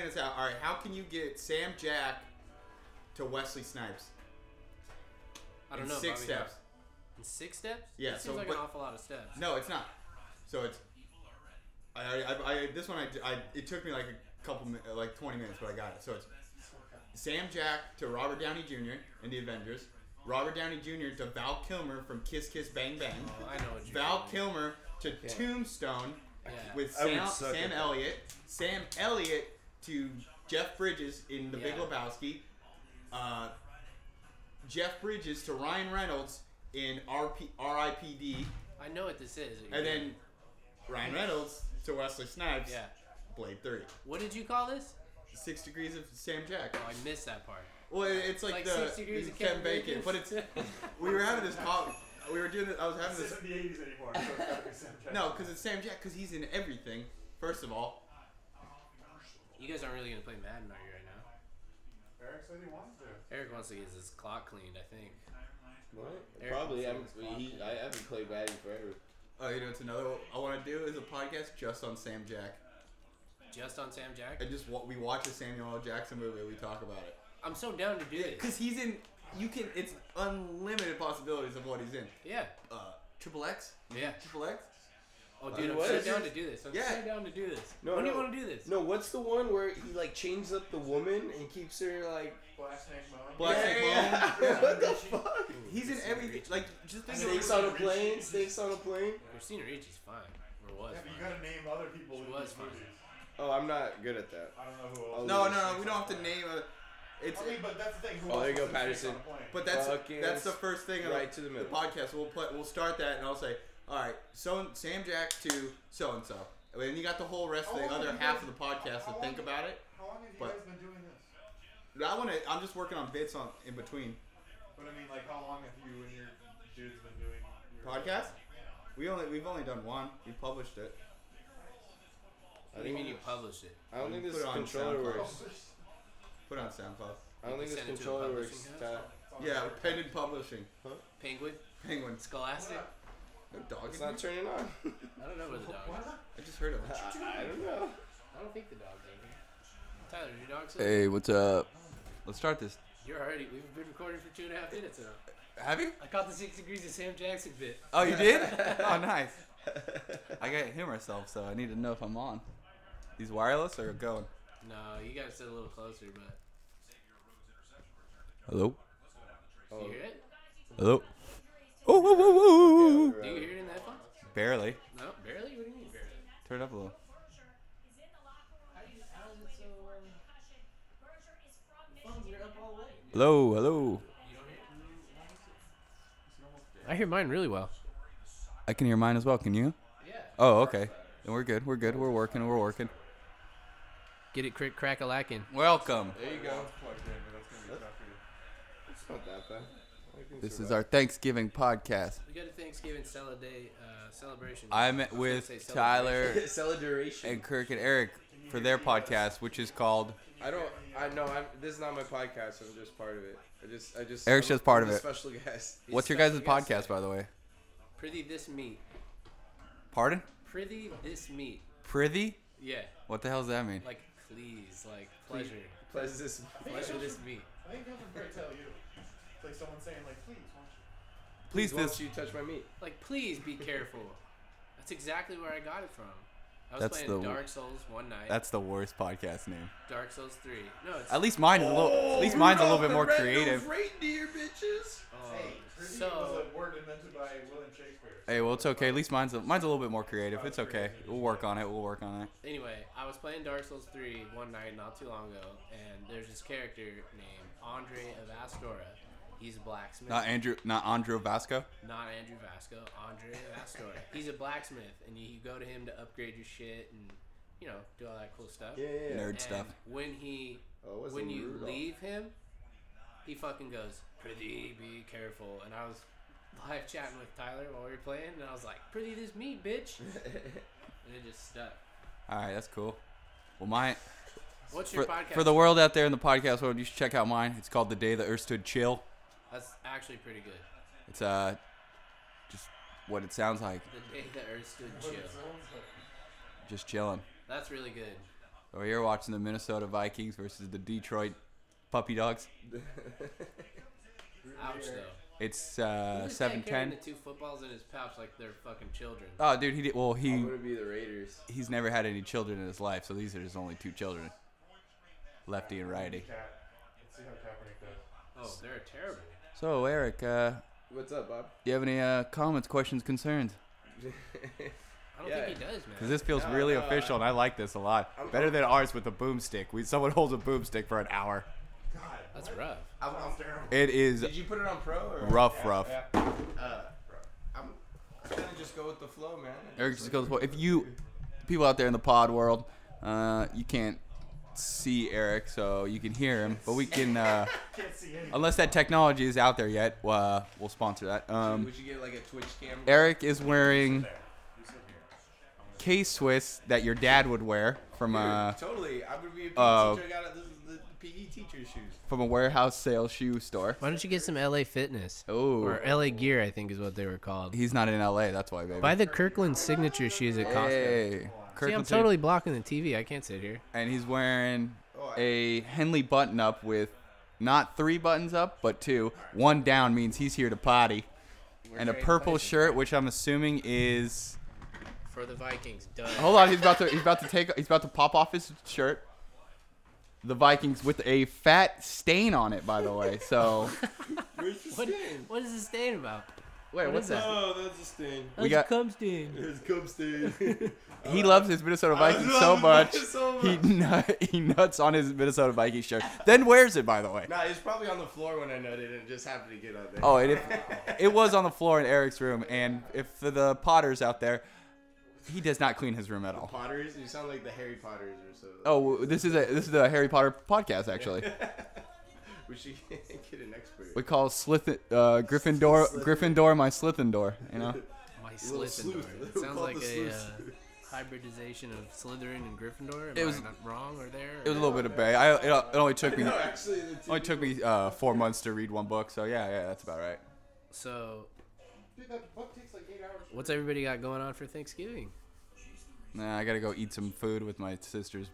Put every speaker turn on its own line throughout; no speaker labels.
this out. All right, how can you get Sam Jack to Wesley Snipes?
I don't
in
know.
Six
Bobby.
steps.
In six steps?
Yeah,
That
so,
seems like
but-
an awful lot of steps.
No, it's not. So it's. I, I, I this one I, I it took me like a couple mi- uh, like 20 minutes, but I got it. So it's Sam Jack to Robert Downey Jr. in the Avengers, Robert Downey Jr. to Val Kilmer from Kiss Kiss Bang Bang,
Oh, I know what you
Val
mean.
Kilmer to Tombstone
Yeah.
with
I would
Sam,
suck
Sam
at that.
Elliott, Sam Elliott to Jeff Bridges in The Big
Yeah.
Lebowski, uh, Jeff Bridges to Ryan Reynolds in RP, R.I.P.D.
I know what this is.
And then Ryan Reynolds to Wesley Snipes.
Yeah.
Blade 3.
What did you call this?
Six Degrees of Sam Jack.
Oh, I missed that part.
Well, it- it's like,
Like
the
six degrees of
Kevin
Kevin
Bacon,
Bacon.
but it's we were having this call. We were doing. This, I was having
This
this.
isn't the 80s anymore, so it's gotta be Sam Jackson.
No, because it's Sam Jack. Because he's in everything. First of all,
You guys aren't really gonna play Madden, are you right now?
Eric said he wanted to.
Eric wants to get his clock cleaned, I think.
What?
Eric
Probably. I'm,
Johnson's
he, I haven't played Madden forever.
oh, you know, it's another. I want to do is a podcast just on Sam Jack,
Just on Sam Jack.
and just wa- we watch a Samuel L. Jackson movie. and We talk about it.
I'm so down to do this.
Because he's in. You can. It's unlimited possibilities of what he's in.
Yeah.
Uh, Triple X.
Yeah.
Triple X.
Oh, dude, I'm
what
so
is
down to
this?
do this. I'm
Yeah.
so down to do this.
No,
when do
no.
you want to do this?
No, what's the one where he like chains up the woman and keeps her like?
Black Snake Moan.
Black
Yeah,
Snake
yeah,
Moan.
yeah. what the fuck?
He's in everything. Like just think of
Snakes on a plane. Snakes on a plane.
Christina Ricci's fine. Or was.
Yeah, but you
fine.
gotta name other people
She
in
was
these
fine.
movies.
Oh, I'm not good at that.
I don't know who else.
No, no, no. We don't have to name it. It's
I mean, but that's the thing. Who
Oh, there
else
you
was
go,
in Snakes on a
Patterson.
Plane?
but that's
Fucking
that's the first thing. about
right to the middle.
podcast. We'll play, we'll start that, and I'll say, all right, so Sam Jack to so and so, and then you got the whole rest of the
How long
other
have you
half
guys-
of the podcast
how
to
long
think
have-
about it.
How long have you
But-
guys been doing this?
But I want to. I'm just working on bits on in between
But I mean, like, how long have you and your dudes been doing your
podcast. We only we've only done one. We published it.
What do you mean you published it?
I don't think
Put
this
it on
controller
Oh,
SoundCloud.
works.
Put it on SoundCloud.
I don't think this
Send it to a
controller
publishing
works.
house?
Ty.
Yeah, Pendant Publishing.
Penguin?
Penguins.
Scholastic?
No dog.
It's
in
not
here.
turning on.
I don't know where the dog
What?
is.
I just heard of it.
I, I don't know.
I don't think the dog's in here. Tyler, did your dog sleep?
Hey, what's up? Let's start this.
You're already, we've been recording for two and a half minutes now.
Have you?
I caught the six degrees of Sam Jackson bit.
Oh, you did? oh, nice. I gotta hear myself, so I need to know if I'm on. These wireless or going?
No, you gotta sit a little closer, but.
Hello.
Do you hear it?
Hello. Oh, whoa, whoa, whoa, whoa.
Do you hear it in the headphones?
Barely.
No, barely? What do you mean barely?
Turn it up a little. Hello, hello.
I hear mine really well.
I can hear mine as well. Can you?
Yeah.
Oh, okay. Then we're good. We're good. We're working. We're working.
Get it, crit, crack a lackin'.
Welcome.
There you go.
Plugged in, but that's gonna be tough for you.
It's not that bad. I can
This is
survive.
our Thanksgiving podcast.
We got a Thanksgiving cele- day, uh, celebration.
I'm
I was gonna
with
say celebration.
Tyler
Celebration.
and Kirk and Eric for their podcast, which is called.
I don't. I know. I'm. This is not my podcast. I'm just part of it. I just. I just.
Eric's
I'm-
just part
I'm
of
a
it.
Special guest.
What's your guys'
Special guest.
podcast, by the way?
Prithee this meat.
Pardon?
Prithee this meat.
Prithee?
Yeah.
What the hell does that mean?
Like, please. Like, pleasure.
Pleasure. This.
Pleasure this meat.
I think that's what they tell you. It's like someone saying, like, please, won't you?
Please,
Please, won't
this.
you touch my meat?
Like, please be careful. That's exactly where I got it from. I was
That's
playing
the-
Dark Souls one night.
That's the worst podcast name.
Dark Souls 3. No, it's.
At least mine is a little. At least mine's a little bit
Oh,
more creative.
Reindeer bitches.
Oh,
Hey, pretty
so.
was a word invented by William Shakespeare.
Hey, well, it's okay. At least mine's a, mine's a little bit more creative. It's okay. We'll work on it. We'll work on it.
Anyway, I was playing Dark Souls 3 one night not too long ago, and there's this character named Andre of Astora. He's a blacksmith.
Not Andrew. Not Andrew Vasco.
not Andrew Vasco, Andre of Astora. He's a blacksmith, and you, you go to him to upgrade your shit and, you know, do all that cool stuff.
Yeah, yeah. yeah.
Nerd.
And
stuff.
When he,
Oh, it wasn't
when you
Rudolph.
leave him, he fucking goes, "Prithee, be careful." And I was live chatting with Tyler while we were playing, and I was like, "Prithee, this me, bitch," and it just stuck.
All right, that's cool. Well, my
What's your
for,
podcast?
for the world out there in the podcast world, you should check out mine. It's called "The Day the Earth Stood Chill."
That's actually pretty good.
It's uh, just what it sounds like,
The day the earth stood chill.
just chilling.
That's really good.
Over here watching the Minnesota Vikings versus the Detroit Puppy Dogs.
Ouch, though.
It's
He
uh,
was carrying
seven ten.
The two footballs in his pouch like they're fucking children.
Oh, dude, he did. Well,
I'm
he
gonna be the Raiders.
he's never had any children in his life, so these are his only two children, lefty and righty.
Cap. Let's see how Kaepernick does.
Oh, they're terrible.
So, Eric, uh,
What's up, Bob?
do you have any uh, comments, questions, concerns?
I don't
Yeah.
think he does,
Because
man.
this feels
No,
really
no,
official, and I like this a lot.
I'm-
Better than ours with a boomstick. We someone holds a boomstick for an hour.
God.
That's rough.
I'm, I'm,
Sounds terrible.
It is
did you put it on pro or
rough, rough.
Uh, I'm, I'm gonna just go with the flow, man.
Eric just goes. Well, if you people out there in the pod world, uh, you can't see Eric, so you can hear him, but we can. Uh,
Can't see anything.
unless that technology is out there yet, uh, we'll sponsor that. Um,
Would you get like a Twitch camera?
Eric is wearing K Swiss that your dad would wear from uh, a
totally. I'm gonna be a PE
uh,
teacher. I got this is the PE teacher's shoes.
from a warehouse sale shoe store.
Why don't you get some LA Fitness?
Oh,
Or LA Gear, I think is what they were called.
he's not in L.A. That's why, baby.
Buy the Kirkland signature shoes at Costco.
Hey,
See, I'm
Kirkland
totally blocking the TV. I can't sit here.
and he's wearing
Oh, I-
a Henley button up with not three buttons up, but two. One down means he's here to potty. And a
trading
purple shirt, which I'm assuming is.
For the Vikings, duh.
Hold on, he's about to he's about to take he's about to pop off his shirt. The Vikings with a fat stain on it, by the way. So
Where's the
What,
stain?
what is this stain about?
wait,
What
what's
is
that?
Oh, that's a stain.
We got-
cum stain.
There's cum stain.
He loves his Minnesota
I
Vikings
love
so
it
much.
so
He
much.
nut, he nuts on his Minnesota Vikings shirt. Then wears it, by the way.
Nah, it's probably on the floor when I nutted and it just happened to get on there.
Oh, and if, it was on the floor in Eric's room. And if for the Potters out there, he does not clean his room at all.
Potters? You sound like the Harry Potters or so.
Oh, this is a this is a Harry Potter podcast actually.
We should get an expert.
We call Slith uh, Gryffindor Gryffindor my Slithendor. You know,
My
Little
Slytherin.
sleuth.
It
We'll
sounds
call it
like
the
a uh,
sleuth.
hybridization of Slytherin and Gryffindor. Am
It was-
I not wrong or there?
it was a little bit of bay. I it, it only took me
No,
it
actually, the TV
only took me uh, four months to read one book. So yeah, yeah, that's about right.
so,
Dude, that book takes like eight hours.
what's everybody got going on for Thanksgiving?
Nah, I gotta go eat some food with my sister's.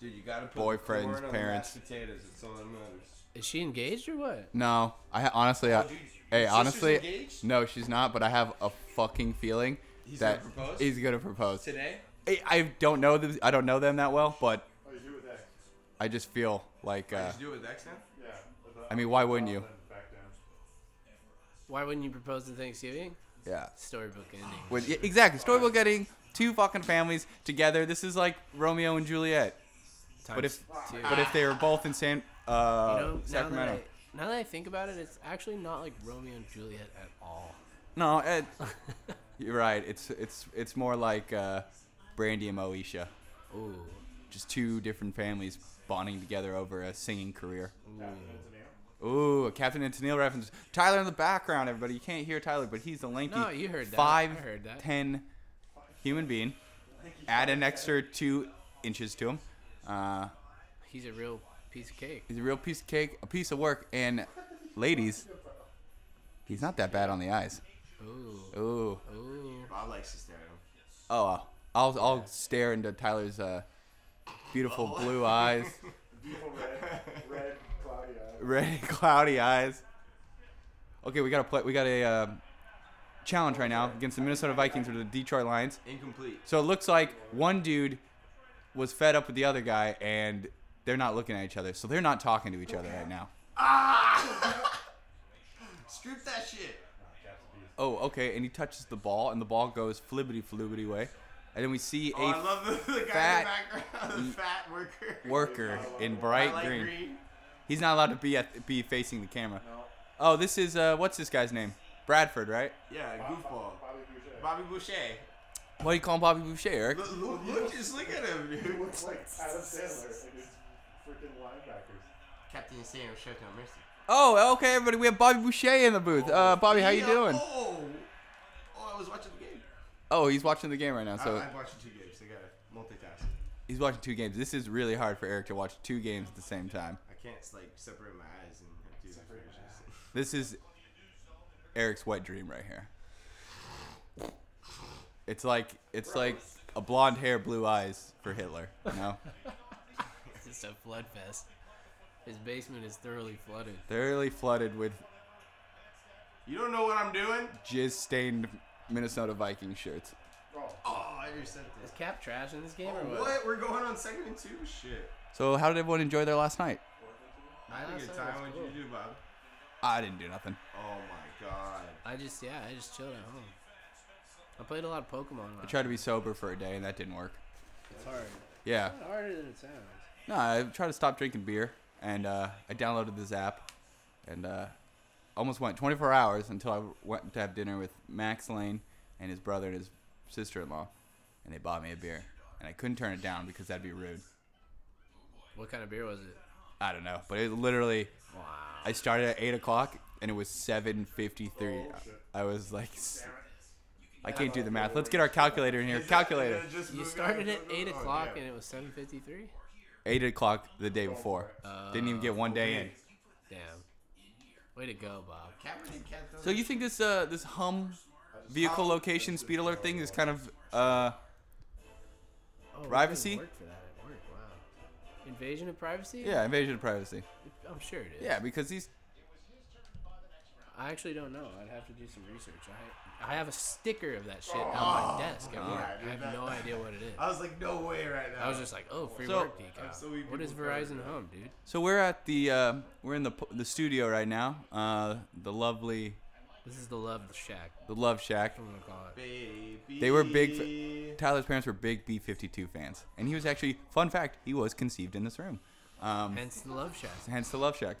Dude, you gotta put
Boyfriends,
corn on the
parents.
mashed potatoes. It's all that matters.
Is she engaged or what?
No, I ha- honestly, I, hey,
Oh, sister's
honestly,
engaged?
no, she's not. But I have a fucking feeling
He's
that
gonna propose?
he's gonna propose.
Today?
I, I don't know them. I don't know them that well, but
Oh, you do with that.
I just feel like. Uh,
Just do it with X now?
Yeah. with the-
I mean, why wouldn't you?
Back down.
Why wouldn't you propose on Thanksgiving?
Yeah.
Storybook ending.
With, yeah, exactly. Storybook getting two fucking families together. This is like Romeo and Juliet. But if
Times two.
but if they were both in San uh,
You know, now
Sacramento.
That I, now that I think about it, it's actually not like Romeo and Juliet at all.
No, it, you're right. It's it's it's more like uh, Brandy and Moesha.
Ooh.
Just two different families bonding together over a singing career.
That's an ale.
Ooh, a Captain and Tennille reference. Tyler in the background, everybody. You can't hear Tyler, but he's the lanky.
No, you heard that. I
Five,
heard that.
ten human being. Add an extra two inches to him. Uh,
He's a real piece of cake.
he's a real piece of cake, a piece of work, and ladies, he's not that bad on the eyes. Ooh.
Ooh. Ooh.
Bob likes to stare at him.
Oh, uh, I'll I'll stare into Tyler's uh, beautiful blue eyes,
Beautiful red, red, cloudy eyes.
red cloudy eyes. Okay, we got to play. We got a uh, challenge right now against the Minnesota Vikings or the Detroit Lions.
Incomplete.
So it looks like one dude was fed up with the other guy, and they're not looking at each other, so they're not talking to each other right now.
Strip that shit.
Oh, okay. And he touches the ball, and the ball goes flibbity flibbity way, and then we see
Oh, I
a
love the, the guy
fat-
in the background, the fat worker.
worker in
I
bright
like
green.
green.
He's not allowed to be at be facing the camera. Oh, this is uh, what's this guy's name? Bradford, right?
Yeah, goofball.
Bobby Boucher.
Bobby Boucher.
What do you call him, Bobby Boucher, Eric?
Look, look, look, just look at him,
He
dude.
looks like Adam Sandler and his freaking linebackers.
Captain Sam shows no mercy.
Oh, okay, everybody. We have Bobby Boucher in the booth. Uh, Bobby, how you
Yeah,
doing?
Oh, oh, I was watching the game.
Oh, he's watching the game right now, so
I, I'm watching two games. I gotta multitask.
he's watching two games. This is really hard for Eric to watch two games at the same time.
I can't like separate my eyes and have two different visions.
This is Eric's wet dream right here. It's like it's like a blonde hair, blue eyes for Hitler. You know,
it's a flood fest. His basement is thoroughly flooded.
Thoroughly flooded with
You don't know what I'm doing?
jizz stained Minnesota Viking shirts.
Oh, I just sent
Is
this.
Cap trash in this game or
Oh,
what?
what? We're going on second and two? Shit.
So, how did everyone enjoy their last night?
I had a
Last
good
night was
time. What
cool.
did you do, Bob?
I didn't do nothing.
Oh my god.
I just yeah, I just chilled at home. I played a lot of Pokemon.
I
last
tried to be sober for a day and that didn't work.
night. It's hard.
Yeah.
It's harder than it sounds.
No, I tried to stop drinking beer and uh, I downloaded this app and uh, almost went 24 hours until I went to have dinner with Max Lane and his brother and his sister in law. And they bought me a beer. And I couldn't turn it down because that'd be rude.
What kind of beer was it?
I don't know. But it literally,
Wow.
I started at 8 o'clock and it was 7.53.
Oh, shit.
I was like, s- I can't do the math. Let's get our calculator in here. Calculator.
You started at eight o'clock and it was seven fifty three.
8 o'clock the day before. Didn't even get one day in.
Damn. Way to go, Bob.
So you think this uh this hum vehicle location speed alert thing is kind of uh
Oh, we
Privacy?
didn't Work for that at work. Wow. Invasion of privacy?
yeah invasion of privacy
I'm sure it is.
yeah because these
I actually don't know. I'd have to do some research. I I have a sticker of that shit on my desk. at
God,
work.
dude,
I have
Oh. that-
no idea what it is.
I was like, no way right now.
I was just like, oh, free
So-
work decal.
I'm so we
what is
people covered
Verizon
it.
Home, dude?
so we're at the uh, we're in the p- the studio right now uh the lovely
This is the Love Shack.
the love shack
I'm gonna call it.
Baby.
They were big Tyler's parents were big B52 fans and he was actually fun fact he was conceived in this room um
Hence the Love Shack.
hence the love shack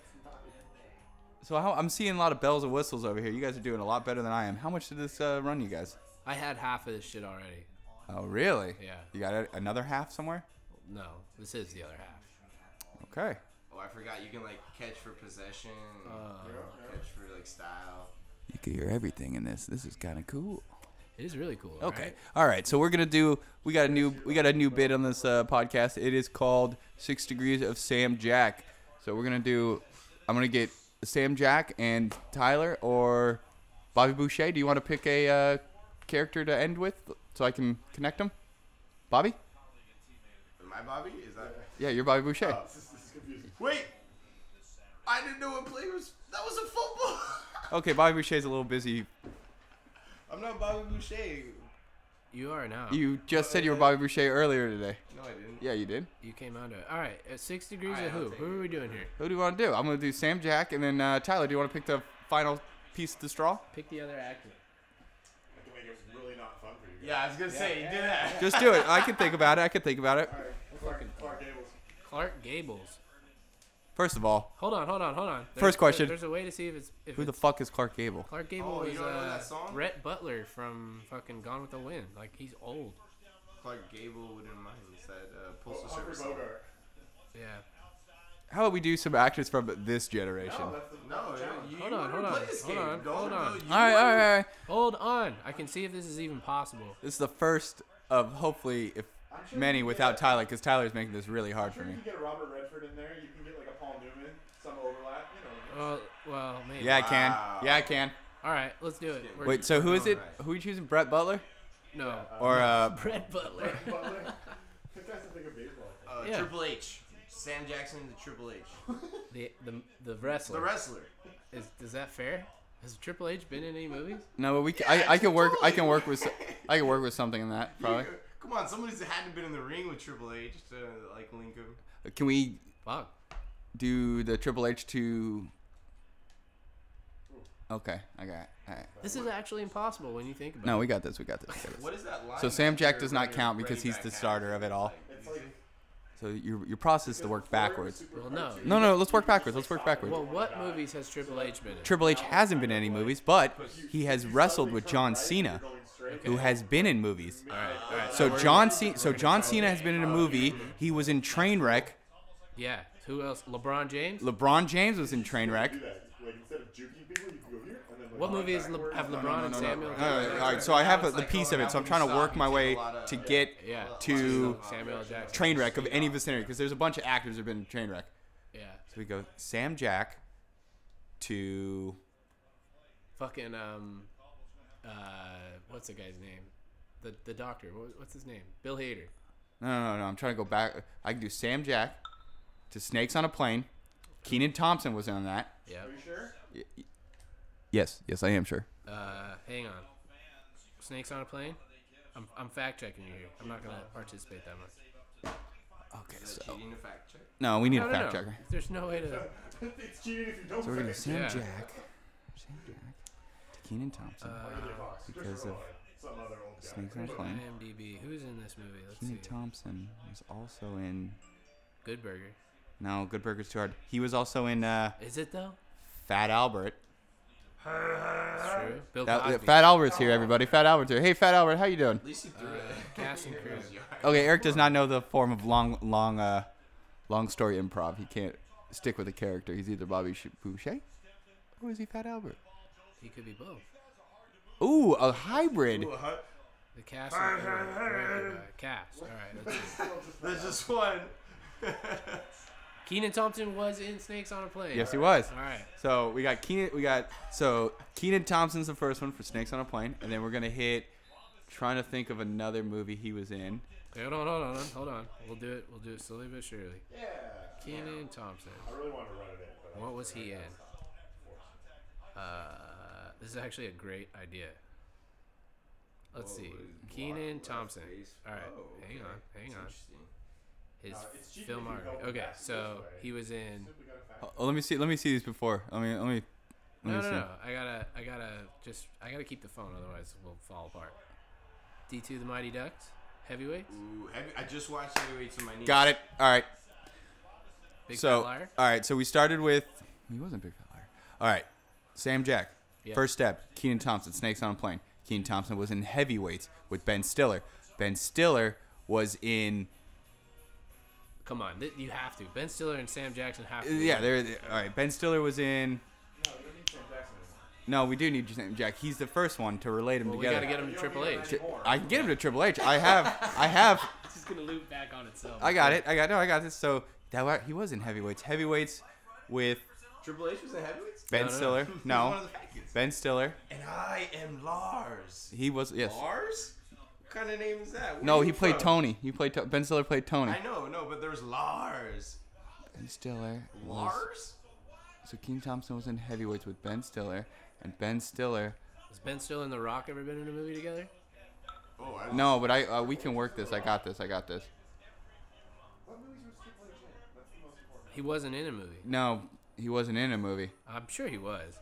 so how, I'm seeing a lot of bells and whistles over here you guys are doing a lot better than I am how much did this uh, run you guys
I had half of this shit already.
oh really
Yeah.
you got a- another half somewhere
No, this is the other half.
okay
Oh, I forgot you can like catch for possession,
Uh,
catch for like style.
You could hear everything in this. This is kind of cool.
It is really cool.
Okay.
right?
All right. So we're gonna do. We got a new. We got a new bit on this uh, podcast. It is called Six Degrees of Sam Jack. So we're gonna do. I'm gonna get Sam Jack and Tyler or Bobby Boucher. Do you want to pick a uh, character to end with so I can connect them? Bobby.
Am I Bobby? Is that?
Yeah, you're Bobby Boucher.
Oh, this is confusing. Wait, I didn't know what play was. That was a football.
Okay, Bobby Boucher's a little busy.
I'm not Bobby Boucher.
You are now. You,
You just said you were Bobby Boucher earlier today.
No, I didn't.
Yeah, you did.
came onto it. All right, at six degrees
All right,
of
I'll
who?
take
Who
it.
are we doing here?
Who do you want to do? I'm gonna do Sam Jack and then uh, Tyler. Do you want to pick the final piece of the straw?
Pick the other actor.
I can make it really not fun for you guys.
Yeah, I was gonna say you did that.
Just do it. I can think about it. I can think about it.
All right, Clark, Clark Gables.
Clark Gables.
First of all,
Hold on, hold on, hold on. There's-
First question.
There's a way to see if it's if
who the
it's-
fuck is Clark Gable?
Clark Gable
Oh, you
is
don't know
uh,
that song?
Rhett Butler from fucking Gone with the Wind. Like he's old.
Clark Gable wouldn't mind. It's that uh, postal
Humphrey
service. song.
Bogart.
Yeah.
How about we do some actors from this generation?
No, Oh, that's the
No,
challenge.
you,
Hold
you
on,
wanna
hold
play
on,
this
hold
game.
on,
Don't-
hold
no,
on. Uh,
you
all right, all
wanna-
right, all right.
Hold on. I can see if this is even possible.
This is the first of hopefully if
I'm sure
many
you can
without
get-
Tyler, because Tyler's making this really hard
I'm
for
sure
me.
you can get a Robert Redford in there. You can get like a Paul Newman, some overlap. You know.
Well, Uh, well, maybe.
Yeah, I can.
Wow.
Yeah, I can.
All right, let's do it. We're-
Wait, so who is
doing
it?
right.
Who are you choosing? Brett Butler
no,
or uh?
Brett Butler.
Butler. This guy's the thing of baseball.
Uh,
Yeah.
Triple H. Sam Jackson, the Triple H.
the the the wrestler.
The wrestler.
is is that fair? Has Triple H been in any movies?
No, but we. Can, I, I can work. I can work with. I can work with something in that probably.
Come on, somebody's hadn't been in the ring with Triple H to like link him.
Can we
Fuck.
do the Triple H to? Okay, I got. It. All right.
This is actually impossible when you think about
No,
it.
we got this. We got this. We got this.
What is that line?
So Sam
that
Jack
they're
does not
running-
count because
running
he's
back
the
at?
starter of it all.
It's like
So your your process to work backwards.
Well, no.
No, no, let's work backwards. Let's work
Well,
backwards.
what movies has Triple H been in?
Triple H hasn't been in any movies, but he has wrestled with John Cena, who has been in movies.
All right, all right.
So John Cena, so John Cena has been in a movie. He was in Trainwreck.
Yeah. Who else? LeBron James.
LeBron James was in Trainwreck.
Do that. Like instead of juking people, you go here and then. Like,
What movie is Le-
backwards.
have LeBron and
All
Samuel?
right, all right, so I have the piece of it, so I'm trying to work my way to get
Yeah.
to
Samuel L. Jackson.
Trainwreck of any vicinity because there's a bunch of actors who've been in Trainwreck.
Yeah.
So we go Sam Jack to
Fucking um, uh, what's the guy's name? The the doctor. What, what's his name? Bill Hader.
No, no, no. I'm trying to go back. I can do Sam Jack
to Snakes on a Plane. Keenan Thompson was on that.
Yeah.
Are you sure?
Yes, yes, I am sure.
Uh, hang on. Snakes on a plane? I'm, I'm fact checking you here. I'm not going to participate that much.
Okay, so
Cheating to fact check.
no, we need
No,
a
no,
fact
no.
checker.
There's no way to.
it's cheating if you don't.
So we're gonna Sam
Yeah.
Jack, Sam Jack, to Keenan Thompson
Uh,
because of
Some other old guy.
Snakes on a Plane.
IMDb. Who's in this movie? Let's
Keenan
see.
Thompson was also in.
Good Burger.
No, Good Burger's too hard. He was also in uh,
Is it though?
Fat Albert.
It's true. Bill
That- uh,
Cosby.
Fat Albert's here, everybody. Fat Albert's here. Hey, Fat Albert, how you doing?
At least he threw
uh, cast and crew.
Okay, Eric does not know the form of long, long, uh, long story improv. He can't stick with a character. He's either Bobby Sh- Boucher, or is he Fat Albert?
He could be both.
Ooh, a hybrid.
Ooh, huh?
The cast and crew. directed by- Cast. All right. Let's see.
There's just one.
Keenan Thompson was in Snakes on a Plane.
Yes, he was.
All right.
So we got Keenan. We got so Keenan Thompson's the first one for Snakes on a Plane, and then we're gonna hit. Trying to think of another movie he was in.
Hold on, hold on, hold on. We'll do it. We'll do it slowly but surely.
Yeah.
Keenan Thompson.
I really wanted to run it in, but
What was he in? Uh, this is actually a great idea. Let's see. Keenan Thompson. All right,
Oh,
hang on, hang on. His
it's cheating if you
filmography.
help
Okay,
us
so
this way.
he was in.
we got a fact.
Oh, let me see. Let me see these before. Let me. Let me. Let
No,
me
no,
see.
no. I gotta, I gotta just, I gotta keep the phone, otherwise we'll fall apart. D two, the Mighty Ducks, heavyweights,
Ooh, heavy, I just watched Heavyweights on my knee.
Got it. All right.
Big
so
Fat Liar.
all right, so we started with he wasn't a big fat liar. All right, Sam Jack.
Yeah.
First step, Keenan Thompson, Snakes on a Plane. Keenan Thompson was in Heavyweights with Ben Stiller. Ben Stiller was in
Come on, th- you have to. Ben Stiller and Sam Jackson have to. be
yeah.
in.
There. All right, Ben Stiller was in.
No, you don't need Sam Jackson.
No, we do need Sam Jack. He's the first one to relate him
Well, we
together.
gotta get him
You
to
don't
Triple
need
H.
him anymore.
I can get him to Triple H. I have. I have.
It's just gonna loop back on itself.
I got it. I got. No, I got this. So that wa- he was in Heavyweights. Heavyweights with
Triple H was in Heavyweights?
Ben
No, no, no.
Stiller.
He's one
No,
of the fat kids.
Ben Stiller.
And I am Lars.
He was yes.
Lars? What kind of name is that? Where
No,
are
he
you
played
from?
Tony. He played to- Ben Stiller played Tony.
I know, no, but there's Lars.
Ben Stiller. Was,
Lars?
so Keenan Thompson was in Heavyweights with Ben Stiller, and Ben Stiller.
Has Ben Stiller and The Rock ever been in a movie together?
Oh, I
No, but I uh, we can work this. I got this. I got this.
What movies was Triple H in? That's the most important.
He wasn't in a movie.
No, he wasn't in a movie.
I'm sure he was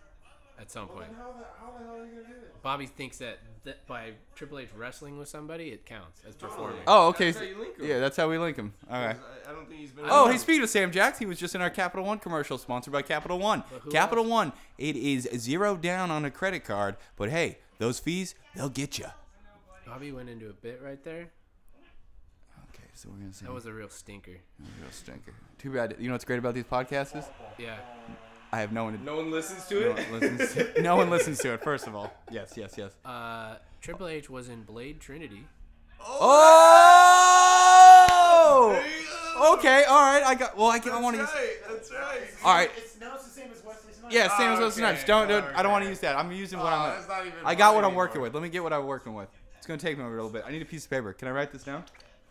at some point.
Then how the how the hell are you gonna do this?
Bobby thinks that, that by Triple H wrestling with somebody, it counts as performing.
Oh, okay.
That's how you link 'em.
yeah, that's how we link him. All right.
I, I don't think he's been. in
Oh,
a-
hey, speaking of Sam Jax, he was just in our Capital One commercial sponsored by Capital One.
who
Capital One, it is zero down on a credit card, but hey, those fees, they'll get you.
Bobby went into a bit right there.
Okay, so we're going to see.
That was a real stinker.
real stinker. Too bad. You know what's great about these podcasts is
Yeah.
I have no one to
No one listens to
No
it.
one listens to, no one listens to it, first of all. Yes, yes, yes.
Uh, Triple H was in Blade Trinity.
Oh!
Hey, oh,
Okay, all right. I got. Well, I, can, I
That's
want to use.
right. That's right.
All right.
It's now it's the same as Wesley Snipes.
Yeah, Sam
okay,
Smith Snipes. Don't. don't I don't want to
okay.
use that. I'm using what
Oh,
I'm.
that's not even
I got what
funny
I'm working
anymore.
with. Let me get what I'm working with. It's gonna take me a little bit. I need a piece of paper. Can I write this down?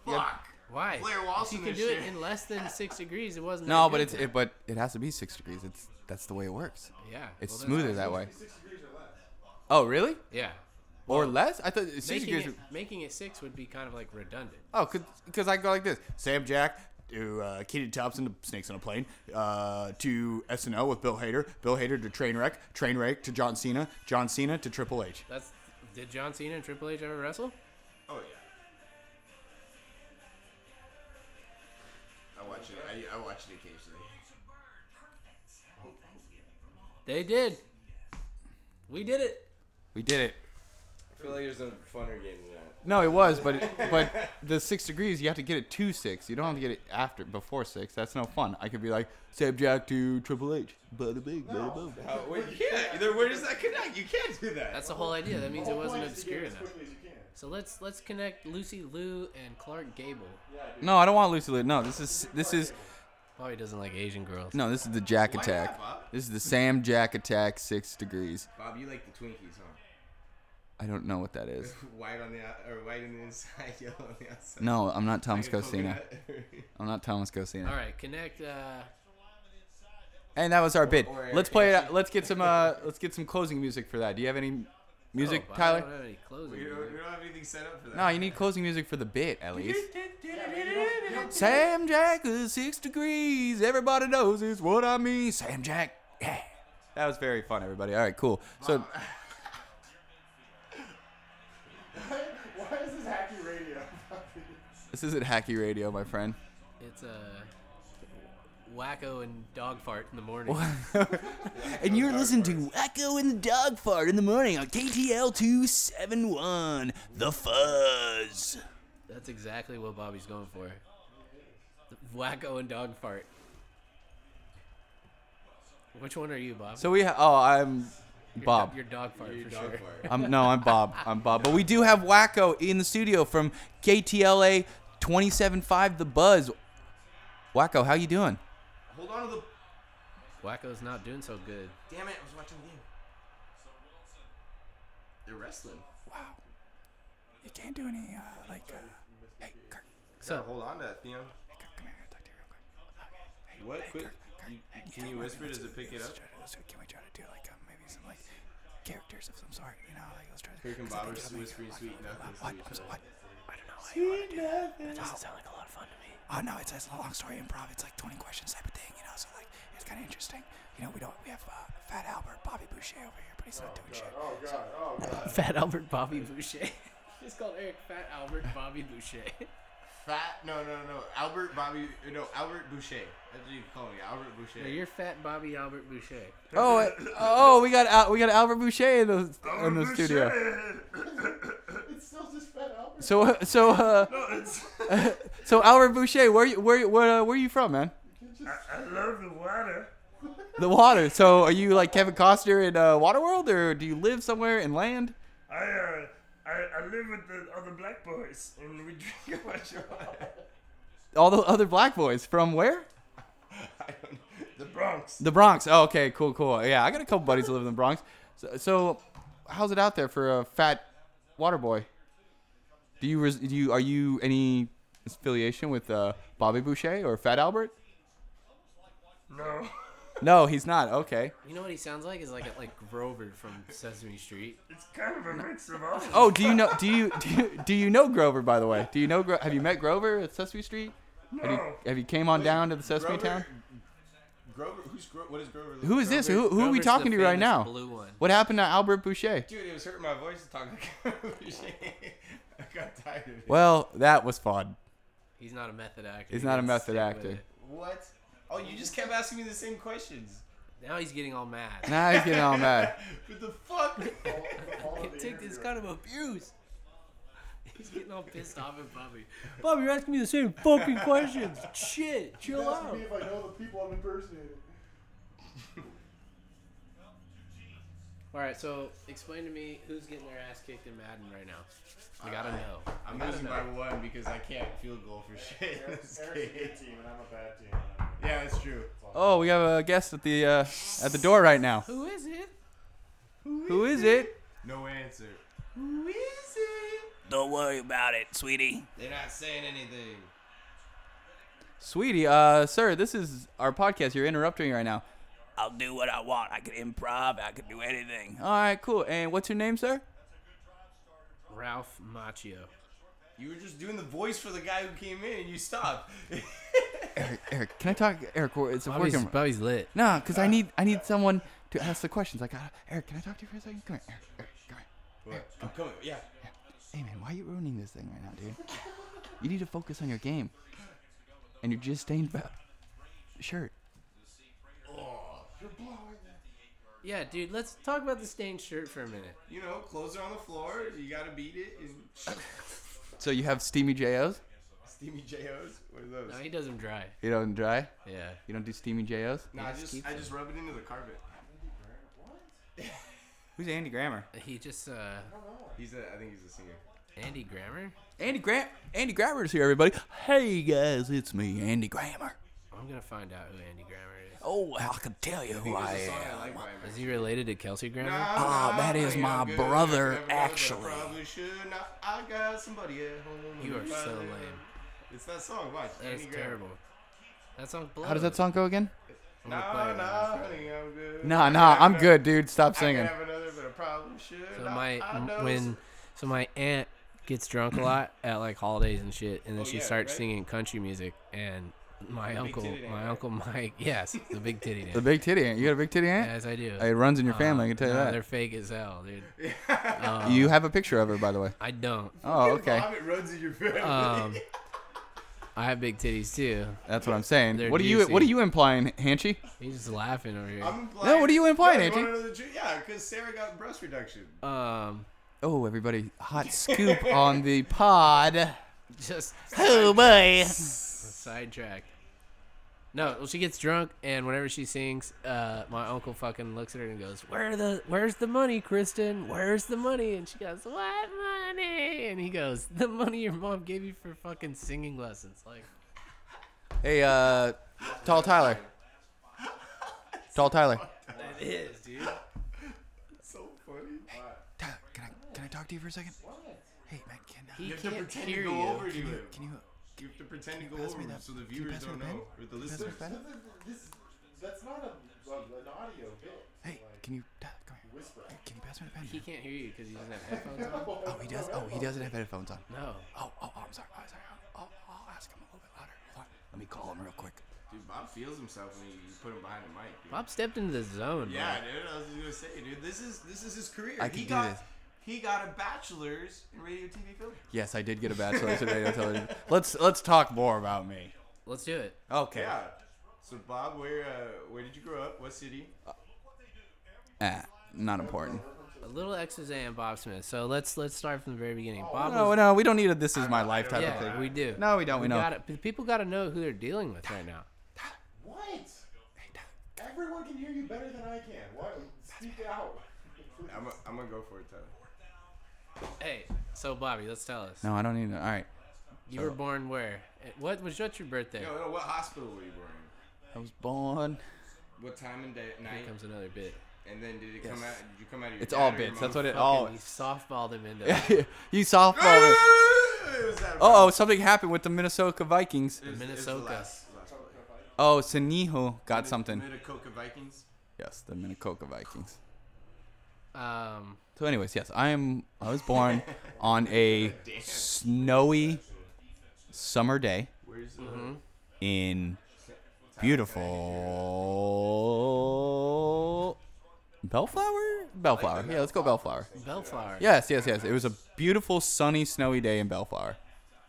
Fuck.
Why?
Blair
If you
Wilson
can
is
do it
shit.
in less than six degrees, it wasn't.
No,
that
but
good
it's
then.
it, but it has to be six degrees. It's that's the way it works.
yeah.
It's
well, that's
smoother
awesome.
that way.
Six degrees or less.
Oh, really?
Yeah.
Or less? I thought six
Making
degrees.
it, making it six would be kind of like redundant.
Oh, because I go like this: Sam Jack to uh, Keenan Thompson to Snakes on a Plane uh, to SNL with Bill Hader, Bill Hader to Trainwreck, Trainwreck to John Cena, John Cena to Triple H.
That's. Did John Cena and Triple H ever wrestle?
Oh yeah. I watch it. I, I watch it occasionally.
They did. We did it.
We did it.
I feel like there's a funner game than that.
No, it was, but it, but the six degrees you have to get it to six. You don't have to get it after before six. That's no fun. I could be like Sam Jack to Triple H, bada big, bada boom.
How, wait, you can't. There, where does that connect? You can't do that.
That's the whole idea. That means it
The whole
wasn't
point is to get
obscure
it As
enough.
quickly as you can.
So let's let's connect Lucy Liu and Clark Gable.
No, I don't want Lucy Liu. No, this is this is
Probably doesn't like Asian girls.
no, this is the Jack
Why not,
attack.
Bob?
This is the Sam Jack attack, six degrees.
Bob, you like the Twinkies, huh?
I don't know what that is.
white on the out- or white on the inside, yellow on the outside.
No, I'm not Thomas
Like a
Costina.
coconut.
I'm not Thomas Costina.
All right, connect. Uh,
And that was our bid.
or
Let's play it.
Angie.
out- Let's get some. Uh, let's get some closing music for that. Do you have any music,
oh, but I don't
Tyler?
have any closing
we, don't, we
music.
don't have anything set up for that.
No, you need closing music for the bit at least.
Yeah, but you don't- you don't-
Sam Jack is six degrees. Everybody knows it's what I mean. Sam Jack. Yeah. That was very fun, everybody. All right, cool. So
Why is this hacky radio? Oh,
this isn't hacky radio, my friend.
It's uh, wacko and dog fart in the morning.
and you're listening to Echo and the Dog Fart in the morning on KTL 271, The Fuzz.
That's exactly what Bobby's going for. The Wacko and dog fart. Which one are you, Bob?
So we ha- oh, I'm
You're do-
Bob.
You're dog fart
You
for
dog
sure.
fart.
I'm no, I'm Bob. I'm Bob. But we do have Wacko in the studio from KTLA 275 The Buzz. Wacko, how you doing?
Hold on to the.
Wacko's not doing so good.
Damn it! I was watching you. They're wrestling.
You can't do any uh, like uh, hey Kirk,
So,
Hold on to that, Theon.
Kirk, come here, I'll talk to you real quick.
What? Quick. You, can you whisper? Does it pick it up?
can we try to do like um, maybe some like characters of some sort? You know, like let's try to.
Kirk and Bob are whispering sweet nothings to each other.
I don't know why you want to do that. That doesn't sound like a lot of fun to me. Oh no, it's, it's a long story improv. It's like 20 questions type of thing, you know. So like, it's kind of interesting. You know, we don't we have uh, Fat Albert, Bobby Boucher over here, but he's not doing shit.
Oh god, oh god.
Fat Albert Bobby Boucher. it's called Eric Fat Albert Bobby Boucher.
Fat? No, no, no. Albert Bobby. No, Albert Boucher. That's what you call me. Albert Boucher.
you're Fat Bobby Albert Boucher.
Oh, uh, oh, we got Al- we got Albert Boucher in the in the studio.
It's still just Fat Albert.
So uh, so uh, so Albert Boucher, where you where you- where uh, where are you from, man?
I love the water.
The water. So are you like Kevin Costner in uh, Waterworld, or do you live somewhere inland?
I uh, I, I live with the other black boys, and we drink a bunch of water.
All the other black boys from where?
I don't know. The Bronx.
The Bronx. Oh, okay, cool, cool. Yeah, I got a couple buddies who live in the Bronx. So, so how's it out there for a fat water boy? Do you res- do you are you any affiliation with uh, Bobby Boucher or Fat Albert?
No,
No, he's not. Okay.
You know what he sounds like? Is like a, like Grover from Sesame Street.
it's kind of a mix of all.
Oh, do you know do you do you, do you know Grover by the way? Do you know Gro- have you met Grover at Sesame Street? Have you,
No.
have you came on down to the Sesame Town?
Grover. Who's Grover? What is Grover?
Who is this? Who
Grover-
who are we
Grover's the
talking to right
famous
now?
Blue one.
What happened to Albert Boucher?
Dude, it was hurting my voice to talk like Boucher. I got tired of it.
Well, that was fun.
He's not a method actor.
He's
You
not a
gotta
method
stick with
actor.
it.
What? Oh, you just kept asking me the same questions.
Now he's getting all mad.
Now he's getting all mad.
What the fuck?
can't take this kind of abuse. He's getting all pissed off at Bobby. Bobby, you're asking me the same fucking questions. Shit,
He
chill
asked
out.
me if I know the people I'm impersonating.
All right, so explain to me who's getting their ass kicked in Madden right now. I gotta know.
I'm
I gotta
losing
know.
by one because I can't field goal for shit. in
Eric's
this
a
game.
good team and I'm a bad team.
Yeah, that's true.
Oh, we have a guest at the uh, at the door right now.
Who is it?
Who is it?
No answer. Who is it?
Don't worry about it, sweetie.
They're not saying anything.
Sweetie, uh, sir, this is our podcast. You're interrupting right now. I'll do what I want. I can improv. I can do anything. All right, cool. And what's your name, sir?
Ralph Macchio.
You were just doing the voice for the guy who came in and you stopped.
Eric. Eric, can I talk? Eric, we're- it's
Bobby's,
working.
Bobby's lit.
No, because I need I need someone to ask the questions. I got Eric. Can I talk to you for a second? Come here, Eric. Eric come here.
What? I'm coming. Yeah.
Hey man, why are you ruining this thing right now, dude? You need to focus on your game. And you're just staying about shirt.
You're blowing it.
Yeah, dude, let's talk about the stained shirt for a minute.
You know, clothes are on the floor. You gotta beat it. And
So you have steamy JOs?
Steamy JOs. What are those?
No, he does them dry.
You don't dry?
Yeah.
You don't do steamy JOs?
No, I just
keep
I
them.
just rub it into the carpet.
Who's Andy Grammer?
He just, uh,
He's a. I think he's a singer.
Andy Grammer?
Andy Gram Andy Grammer's here, everybody. Hey guys, it's me, Andy Grammer.
Oh, I'm gonna find out who Andy Grammer is.
Oh, I can tell you who I
Sorry,
am.
I like my
Is he related to Kelsey Grammer?
Ah, that is
I'm
my
good.
brother,
Everybody
actually.
Probably should not. I got somebody at home.
You are so
Everybody-
lame.
It's that song. Watch.
That's
Andy Graham.
terrible. That song's blown.
How does that song go again?
I'm gonna play
Nah,
it
nah,
right now.
honey, I'm good.
Nah, nah, I'm
I-
good, dude. Stop
I can
singing.
have another, but I probably should.
So
not.
my
I know
when so my aunt gets drunk a lot at like holidays and shit, and then
Oh,
she
yeah,
starts
right?
singing country music. And my
The big
uncle,
titty
my
aunt,
uncle Mike, yes, the big titty
The
aunt.
big titty ant. You got a big titty ant?
Yes, I do.
It runs in your family, I
Um,
can tell you
no,
that.
They're fake as hell, dude. Um,
You have a picture of her, by the way.
I don't.
Oh, okay.
Vomit runs in your family.
Uh,
Um, I have big titties too.
That's what I'm saying.
They're
What are you? What are
juicy.
you implying, Hanchy?
He's just laughing over here.
I'm implying,
No, what are you implying, Uh,
no, you
Angie?
wanna know the truth? Yeah, because Sarah got breast reduction.
Um,
Oh, everybody, hot scoop on the pod.
just
Oh boy.
sidetracked. No, well, she gets drunk, and whenever she sings, uh, my uncle fucking looks at her and goes, "Where are the Where's the money, Kristen? Where's the money?" And she goes, "What money?" And he goes, "The money your mom gave you for fucking singing lessons." Like,
Hey, uh, tall Tyler. Tall Tyler.
that is, dude.
So funny.
Tyler, can I can I talk to you for a second? Hey man, can uh,
He
You have to
can't
pretend to
hear
go
you.
over to him.
can you?
You have to pretend to
Can
go
you pass
over
me
him
that-
so the
can you
viewers
pass me
don't
the pen?
know. Or the
That's
listeners.
my bad.
This, that's not a, a, an audio bit.
Hey, can you? Tyler, come here. Hey, Can you pass me the pen?
He can't hear you because he doesn't have headphones
Oh,
on.
he does. Oh, he doesn't have headphones on.
No,
Oh, oh, oh I'm sorry. I'm sorry. I'll, I'll, I'll ask him a little bit louder. Hold on. Let me call him real quick.
Dude, Bob feels himself when you you put him behind the mic. Dude.
Bob stepped into the zone.
Yeah,
Yeah,
dude. I was just gonna say, dude. This is this is his career.
I can
he
do
got
this.
he got a bachelor's in radio, TV, film.
Yes, I did get a bachelor's in radio television. Let's let's talk more about me.
let's do it.
Okay.
Yeah. So Bob, where uh, where did you grow up? What city?
Ah, not important.
A little expose on Bob Smith. So let's let's start from the very beginning.
Oh,
Bob
No,
was,
no, we don't need a "this is my life" type of
yeah,
thing.
we do.
No, we don't. We know.
Gotta, the people got to know who they're dealing with right now.
What? Everyone can hear you better than I can. Why? Speak out.
I'm a, I'm gonna go for it, Tyler.
Hey, so Bobby, let's tell us.
No, I don't need it. All right.
You were born where? Eh, What was what's your birthday?
No, no. What hospital were you born in?
I was born.
What time and day,
Here
night?
comes another bit.
And then did it come out?
Yes.
Did you come out of your?
It's
dad
all
or your
bits. That's
mom?
what it all.
Fucking, you softballed him into. it.
you softball.
It was that
Oh, oh, something happened with the Minnesota Vikings.
It was- it was the
Minnesota.
last- last play.
Oh, Saniho got something.
Minnetonka Vikings.
Yes, the Minnesota Vikings.
Um,
So, anyways, yes, I am. I was born on a snowy summer day
Where's the?
in beautiful Bellflower. Bellflower. Yeah, let's go Bellflower.
Bellflower.
Yes, yes, yes. It was a beautiful, sunny, snowy day in Bellflower.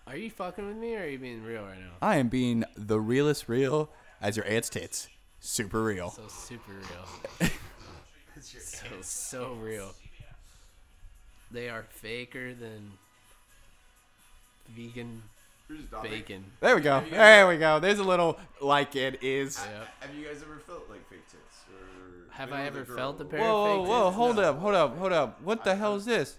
Are you fucking with me or are you being real right now?
I am being the realest real as your aunt's tits. Super real.
So super real. so so real. They are faker than vegan
Where's Dominic?
bacon.
There we go. There we go. There's a little like it is.
Yep.
Have you guys ever felt like fake tits? Or
Have
When
I
was
ever
girl-
felt a pair
Whoa, whoa,
of fake
whoa!
tits?
Hold
No.
up, hold up, hold up! What the hell is this?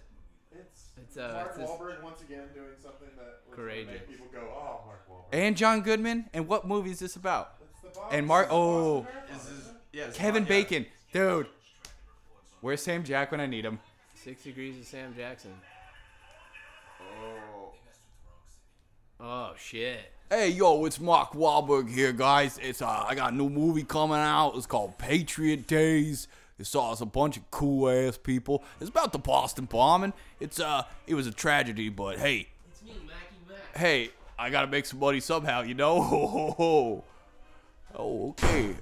It's,
It's, uh,
Mark
it's this-
Wahlberg once again doing something that was gonna
Courageous.
make people go, "Oh, Mark Wahlberg."
And John Goodman? And what movie is this about?
It's the Boston-
and Mark-
it's the Boston
oh.
Marathon,
Is
isn't
this,
it?
yeah, it's
Kevin
not- yeah.
Bacon, dude. Where's Sam Jack when I need him?
Six degrees of Sam Jackson.
Oh.
Oh shit.
Hey, yo, it's Mark Wahlberg here, guys. It's uh, I got a new movie coming out. It's called Patriot Days. It stars a bunch of cool ass people. It's about the Boston bombing. It's uh, it was a tragedy, but hey,
It's me, Mackie Mac.
hey, I gotta make some money somehow, you know? Ho, ho, ho. Oh, okay.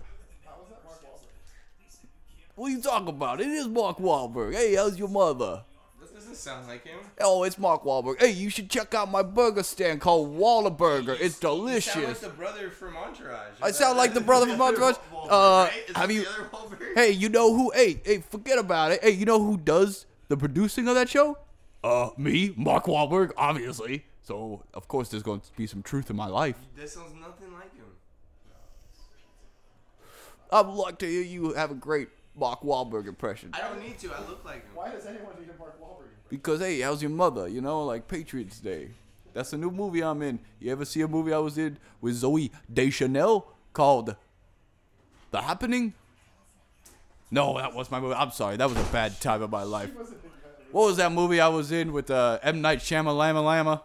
What are you talking about? It is Mark Wahlberg. Hey, how's your mother?
This doesn't sound like him.
Oh, it's Mark Wahlberg. Hey, you should check out my burger stand called Waller Burger. It's
You sound like
delicious.
the brother from Entourage.
I sound like the brother from Entourage? Uh, have you- Hey, you know who? Hey, hey, forget about it. Hey, you know who does the producing of that show? Uh, me, Mark Wahlberg, obviously. So, of course, there's going to be some truth in my life.
That sounds nothing like him.
I'd like to hear you have a great Mark Wahlberg impression.
I don't need to. I look like him.
Why does anyone need a Mark Wahlberg? impression?
Because hey, how's your mother? You know, like Patriots Day. That's a new movie I'm in. You ever see a movie I was in with Zoe Deschanel called The Happening? No, that was my movie. I'm sorry. That was a bad time of my life. What was that movie I was in with uh, M. Night Shyamalama Lama?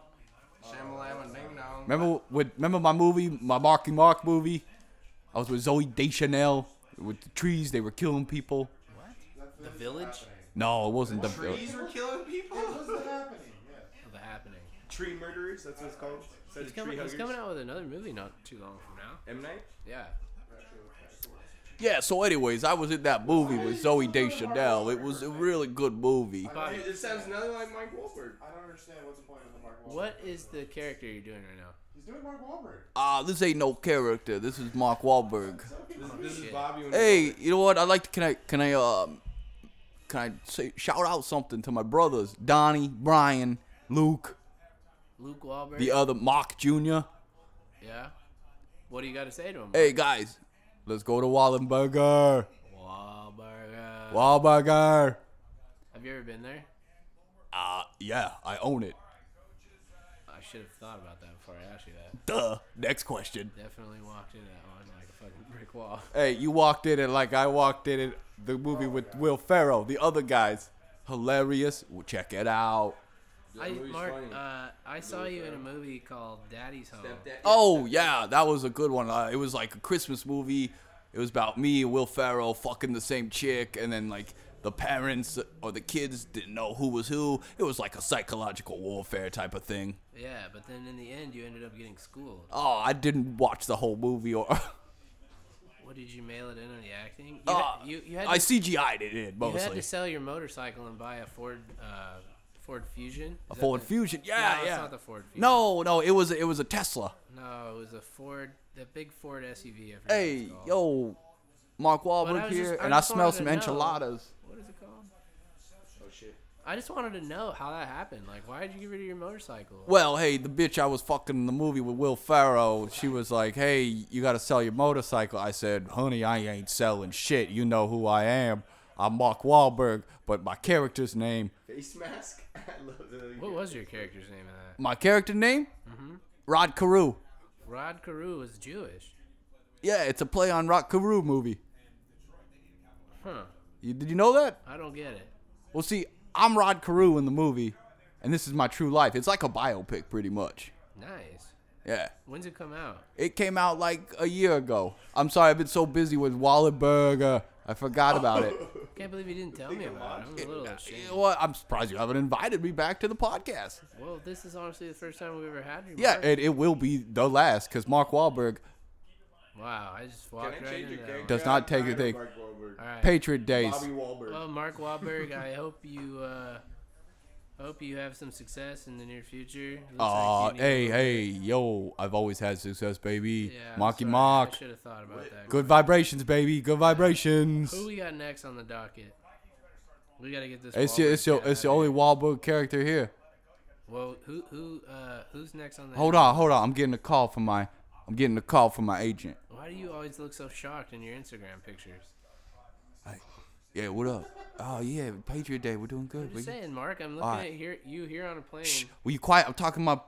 Shamalama ding dong.
Remember with remember my movie, my Marky Mark movie? I was with Zoe Deschanel with the trees. They were killing people.
The village?
No, it wasn't the.
Trees were killing people.
What's the happening? Yeah.
The happening.
Tree murderers. That's what it's called. Instead
He's
of tree
coming, he's
huggers.
coming out with another movie not too long from now.
M Night.
Yeah.
Yeah. So, anyways, I was in that movie with Zoe Deschanel. It was a really good movie.
Bobby, it sounds nothing like Mike Wahlberg.
I don't understand what's the point of the Mark Wahlberg.
What is the character you're doing right now?
He's doing Mark Wahlberg.
Ah, this ain't no character. This is Mark Wahlberg.
This, this is
shit.
Bobby. When
Hey, you know what? I'd like to. Can I? Can I? Um. Can I say shout out something to my brothers Donnie, Brian, Luke,
Luke Wahlberg?
the other Mark Jr.
yeah. What do you got to say to him?
Hey guys, let's go to Wallenberger.
Wahlberg. uh,
Wahlberger.
Have you ever been there?
Ah, yeah, I own it.
I should have thought about that before I asked you that.
Duh. Next question.
Definitely walked into that one like a fucking brick wall.
Hey, you walked in it like I walked in it. The movie with Will Ferrell, the other guys, hilarious. Well, check it out.
I,
movie's
Mark,
funny.
uh, I saw you in a movie called Daddy's Home.
Oh yeah, that was a good one. Uh, it was like a Christmas movie. It was about me and Will Ferrell fucking the same chick, and then like the parents or the kids didn't know who was who. It was like a psychological warfare type of thing.
Yeah, but then in the end, you ended up getting schooled.
Oh, I didn't watch the whole movie, or
What did you mail it in on the acting? You,
Ah,
had, you, you had
I
to,
CGI'd it in
you had
mostly.
to sell your motorcycle and buy a Ford uh, Ford Fusion.
A
Is that
Ford
the-
Fusion,
No,
yeah,
it's
yeah.
not the Ford Fusion.
no, no, it was it was a Tesla.
no, it was a Ford, the big Ford SUV. I forget what
Hey,
it's called.
yo, Mark
But I
Wahlberg
was
here,
just- I
and I
just
smell
wanted
some
to know.
enchiladas.
what is it called?
Oh shit.
I just wanted to know how that happened. Like, why did you get rid of your motorcycle?
Well, hey, the bitch I was fucking in the movie with Will Farrow, she was like, "Hey, you gotta sell your motorcycle." I said, "Honey, I ain't selling shit. You know who I am. I'm Mark Wahlberg, but my character's name,
Face mask. I love the.
What was your character's name in that?
my character name,
Mm-hmm.
Rod Carew.
Rod Carew was Jewish.
Yeah, it's a play on Rod Carew movie.
Huh.
You, did you know that?
I don't get it.
Well, see, I'm Rod Carew in the movie, and this is my true life. It's like a biopic, pretty much.
Nice.
Yeah."
When's it come out?
It came out like a year ago. I'm sorry, I've been so busy with Wallenberger. I forgot about it. uh,
Can't believe you didn't tell me about it. I'm Oh. a little
You
ashamed.
know what? I'm surprised you haven't invited me back to the podcast.
Well, this is honestly the first time we've ever had you.
Yeah,
Mark.
and it will be the last because Mark Wahlberg,
Wow, I just
Can
walked
I
right
change
into
your
that.
character?
one.
Does not
I'm
take a
tired of
thing.
Mark Wahlberg.
All right.
Patriot Days.
Bobby Wahlberg.
Well, Mark Wahlberg, I hope you uh, hope you have some success in the near future. Looks
Aw,
you need-
hey, hey, yo, I've always had success, baby.
Yeah,
Marky
sorry,
Mark.
I should have thought about that.
Good vibrations, baby. Good vibrations.
Who we got next on the docket? We gotta get this.
It's your,
Wahlberg
it's your,
cat
it's
out
your
of
only
here.
Wahlberg character here.
Well, who who uh who's next on the?
Hold on, hold on. I'm getting a call from my, I'm getting a call from my agent.
Why do you always look so shocked in your Instagram pictures?
Yeah, what up? Oh yeah, Patriot Day. We're doing good.
I'm
We-
just saying, Mark. I'm looking
Alright.
at here you here on a plane.
Shh, will you quiet? I'm talking to my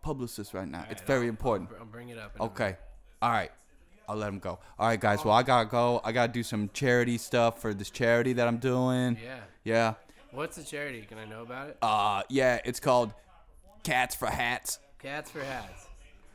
publicist right now. It's very important.
I'll bring it up. in a minute.
Okay. All right. I'll let him go. All right, guys. Well, I gotta go. I gotta do some charity stuff for this charity that I'm doing.
Yeah.
Yeah.
What's the charity? Can I know about it?
Uh, yeah. It's called Cats for Hats.
Cats for Hats.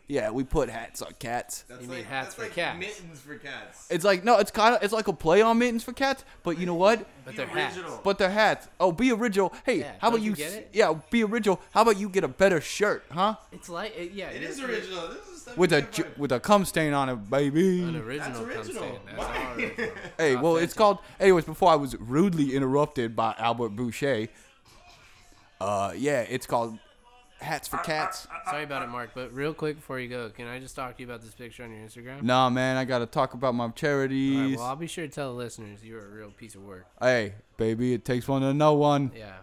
Yeah, we put hats on cats.
That's
You mean hats
that's
for
like
cats.
Mittens for cats.
It's like no, it's kind of it's like a play on mittens for cats, but you know what?
But
The
they're hats.
original.
But they're hats. Oh, be original. Hey,
Yeah,
how about
don't
you?
you get
s-
it?
Yeah, be original. How about you get a better shirt, huh?
It's like it, yeah.
It
you're-
is original. This is stuff
With
you
a
can't
j-
find.
with a cum stain on it, baby.
An original
That's
comes
original.
in. That's all
Mike.
original.
Hey, well, it's
Authentic.
called. Anyways, before I was rudely interrupted by Albert Boucher, uh, yeah, it's called Hats for Cats.
Sorry about it, Mark. But real quick before you go, can I just talk to you about this picture on your Instagram?
Nah, man, I gotta talk about my
All right,
charities.
well, I'll be sure to tell the listeners you're a real piece of work.
hey, baby, it takes one to know one.
Yeah.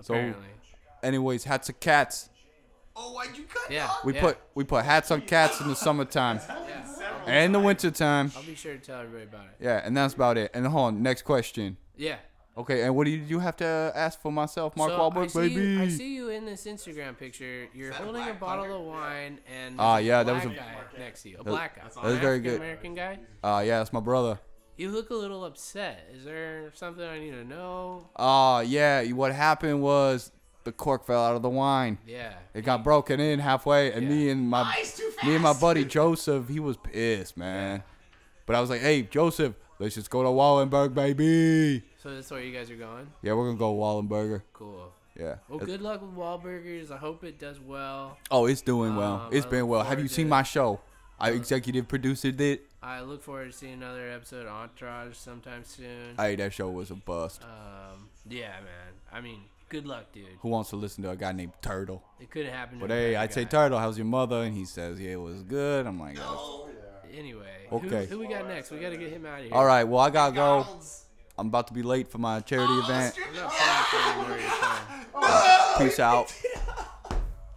So-
Apparently.
Anyways, Hats for Cats.
Oh, why'd you cut
Yeah.
yeah.
We
yeah.
put we put hats on cats in the summertime
Yeah.
and the wintertime.
I'll be sure to tell everybody about it.
Yeah, and that's about it. And hold on, next question.
Yeah.
Okay, and what do you, you have to ask for myself, Mark
so I
Wahlberg,
see
baby?
You, I see you in this Instagram picture. You're
that a
holding a
black
bottle
hunter?
of wine and
Ah,
there's
yeah,
a
that was
black
a-
guy next to you, a black guy.
that's
an
all. That was very good.
American guy.
Ah, yeah, that's my brother.
You look a little upset. Is there something I need to know?
Ah, yeah, what happened was the cork fell out of the wine.
Yeah.
It got broken in halfway, and
Yeah. Ah,
me and my me and my buddy Joseph, he was pissed, man. But I was like, "Hey, Joseph, let's just go to Wallenberg, baby."
So that's where you guys are going.
Yeah, we're gonna go Wallenberger.
Cool.
Yeah.
Well, good luck with Wahlburgers. I hope it does well.
Oh, it's doing well.
Um,
It's
I
been
look
well. Have
forward
you
to
seen
it. Uh,
my show? I executive produced it.
I look forward to seeing another episode of Entourage sometime soon.
Hey, that show was a bust.
Um, yeah, man. I mean, good luck, dude.
Who wants to listen to a guy named Turtle?
It could have happened. To
But
a
hey,
better
I'd say
guy.
Turtle, how's your mother? And he says, yeah, it was good. I'm like,
Oh, yeah.
Anyway,
Okay.
Who, who we got next? We got to get him out of here.
all right, well, I gotta go.
McDonald's.
I'm about to be late for my charity event.
We're not playing Freddy Mercury, so-
Peace out.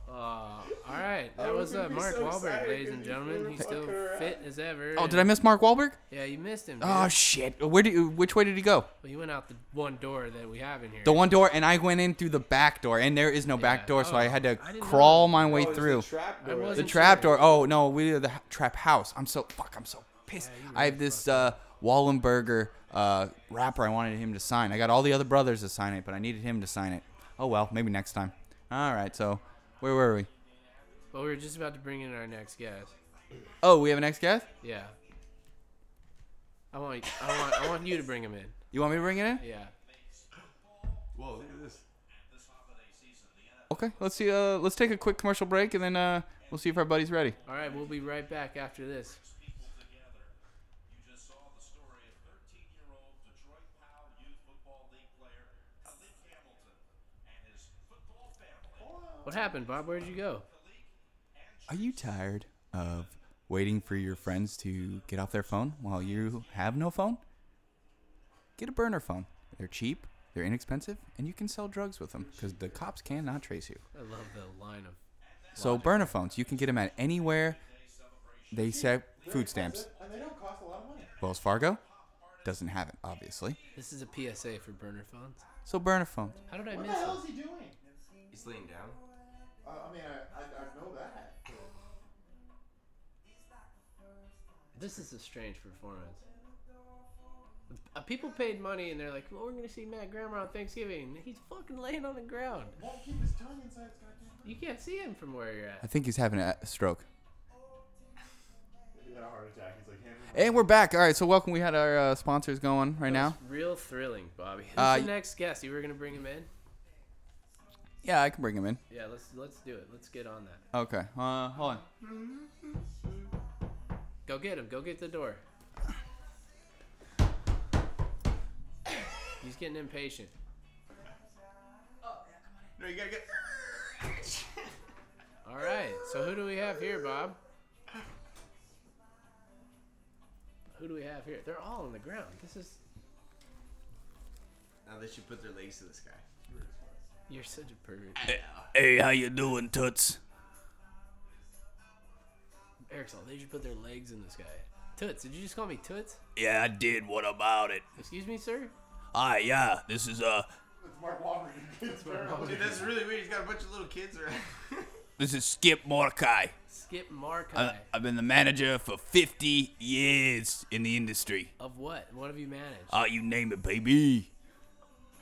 Uh, all right, that was uh, Mark Wahlberg, ladies and gentlemen. He's still fit as ever.
Oh, did I miss Mark Wahlberg?
Yeah, you missed him. Dude.
Oh shit! Where do you, which way did he go?
well, you went out the one door that we have in here.
The one door, and I went in through the back door, and there is no back door, so I
Oh,
had to
I didn't
crawl my way
Oh, it's
through.
The trap
I
door.
The
wasn't
trap
sure.
door. Oh no, we are the h- trap house. I'm so fuck. I'm so pissed. I have this uh, Wallenberger uh, wrapper. I wanted him to sign. I got all the other brothers to sign it, but I needed him to sign it. Oh well, maybe next time. All right. So where were we?
But we were just about to bring in our next guest.
Oh, we have an ex guest.
Yeah. I want, I want, I want you to bring him in.
You want me to bring it in?
Yeah.
Whoa, look at this.
Okay. Let's see. Uh, let's take a quick commercial break, and then uh, we'll see if our buddy's ready.
All right, we'll be right back after this.
people together. You just saw the story of 13-year-old Detroit Powell Youth Football League player Khalif Hamilton and his football family.
What happened, Bob? Where'd you go?
Are you tired of waiting for your friends to get off their phone while you have no phone? Get a burner phone. They're cheap, they're inexpensive, and you can sell drugs with them because the cops cannot trace you.
I love the line of.
So, burner phones, you can get them at anywhere they sell food stamps.
And they don't cost a lot of money.
Wells Fargo doesn't have it, obviously.
This is a PSA for burner phones.
So, burner phones.
How did I
What the
miss
hell is
it?
he doing?
He's laying down.
Uh, I mean, I, I, I know that.
This is a strange performance. Uh, People paid money and they're like, well, we're going to see Matt Grammer on Thanksgiving. He's fucking laying on the ground.
Won't keep his tongue inside his goddamn mouth.
You can't see him from where you're at.
I think he's having a stroke.
He had a heart attack. He's like, hand me
And we're back. All right, so welcome. We had our uh, sponsors going right now.
It's real thrilling, Bobby. Who's
Uh,
the next guest? You were going to bring him in?
Yeah, I can bring him in.
Yeah, let's let's do it. Let's get on that.
Okay. Uh, hold on.
Go get him. Go get the door. He's getting impatient.
No, you gotta get.
All right. So who do we have here, Bob? Who do we have here? They're all on the ground. This is
Now they should put their legs to the sky.
you're such a pervert.
Hey, how you doing, Toots?
Eric's all they should put their legs in this guy. Toots, did you just call me Toots?
Yeah, I did. What about it?
Excuse me, sir.
Hi, yeah. This is uh,
It's Mark Wahlberg. It's
Dude, that's really weird. He's got a bunch of little kids around.
this is Skip Mordecai.
Skip Marki.
I, I've been the manager for 50 years in the industry.
of what? What have you managed?
Oh, you name it, baby.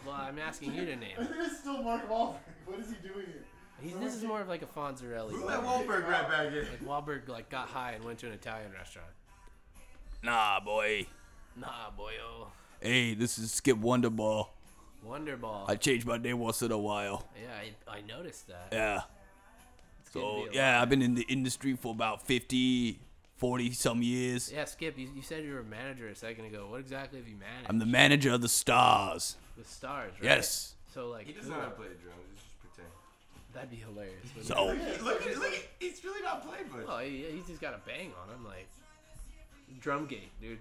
well, I'm asking you to name.
I
it.
think it's still Mark Wahlberg. What is he doing here?
He's, this is more of like a Fonzarelli.
Put that
Like
Wahlberg right back in.
Wahlberg like got high and went to an Italian restaurant.
Nah, boy.
Nah, boyo.
Hey, this is Skip Wonderball.
Wonderball.
I change my name once in a while.
yeah, I, I noticed that.
Yeah.
It's good to
So,
be alive.
yeah, I've been in the industry for about 50, 40 some years.
Yeah, Skip, you, you said you were a manager a second ago. What exactly have you managed?
I'm the manager of the stars.
With stars, right?
Yes.
So like,
He does
who-
not know how to play the drums. He's just pretend.
that'd be hilarious. wouldn't it?
So,
Look at, look at, he's really not playing much.
oh, yeah, he's just got a bang on him, like drum gate, dude.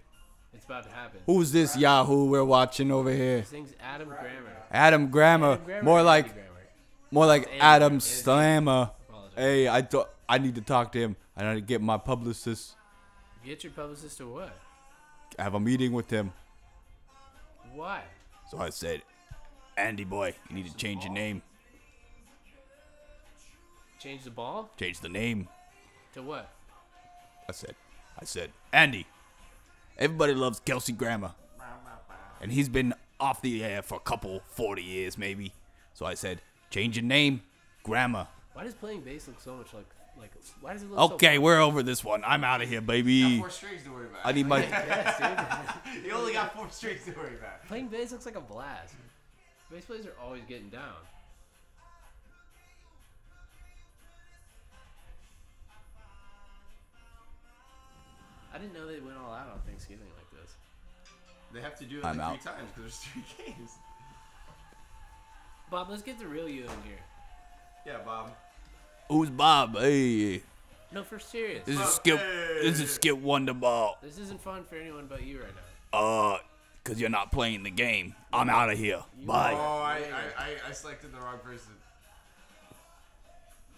It's about to happen.
who's this Yahoo we're watching over here?
This thing's Adam Grammer.
Adam Grammer.
Adam Grammer
Uh, More
or
like
Andy Grammer?
More like
Andy
Adam
Andy.
Slammer.
Apologize.
Hey, I th- I need to talk to him. I need to get my publicist.
Get your publicist to what?
Have a meeting with him.
Why?
So I said, Andy boy, you need to change your name.
Change the ball
Change the name.
to what?
I said, I said, Andy, everybody loves Kelsey Grammer. And he's been off the air for a couple, 40 years maybe. So I said, change your name, Grammer.
Why does playing bass look so much like like? Why does it look
Okay,
So-
we're over this one. I'm out of here,
Got
baby.
four strings to worry about.
I need my.
yes, dude.
you only got four strings to worry about.
Playing bass looks like a blast. Bass players are always getting down. I didn't know they went all out on Thanksgiving like this.
They have to do it
I'm
like
out.
three times because there's three games.
Bob, let's get the real you in here.
Yeah, Bob.
Who's Bob? Hey,
No, for serious.
this is Skip. This is Skip Wonderball.
This isn't fun for anyone but you right now.
Uh, cause you're not playing the game. I'm out of here.
Oh,
Bye.
I, I, I, I selected the wrong person.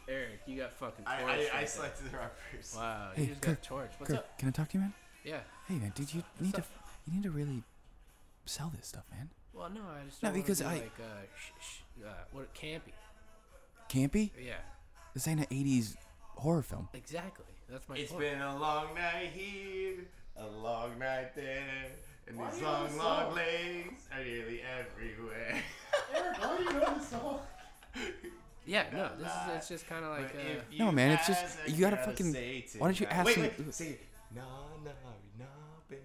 Eric, you got fucking torched.
I, I, I
right
selected the wrong person.
there. wow, you just got torched. What's up?
can I talk to you, man?
Yeah.
Hey, man, dude, you need
to-
you need to really sell this stuff, man.
Well, no, I just
No,
don't wanna
because
be
I-
like uh, sh- sh- uh, what campy.
Campy?
Yeah,
This ain't an '80s horror film.
exactly. That's my
It's
point.
been a long night here, a long night there, and
Why
these
do you know
long,
this
long
song?
legs are nearly everywhere.
Eric, how do you know this song?
Yeah, no, this is it's just kind of like
But
uh,
if
No, man, it's
ask,
just-
I
you gotta
gotta
fucking-
say
why don't you
tonight-
ask
Wait,
him-
wait, sing it. Nah, nah, nah, baby.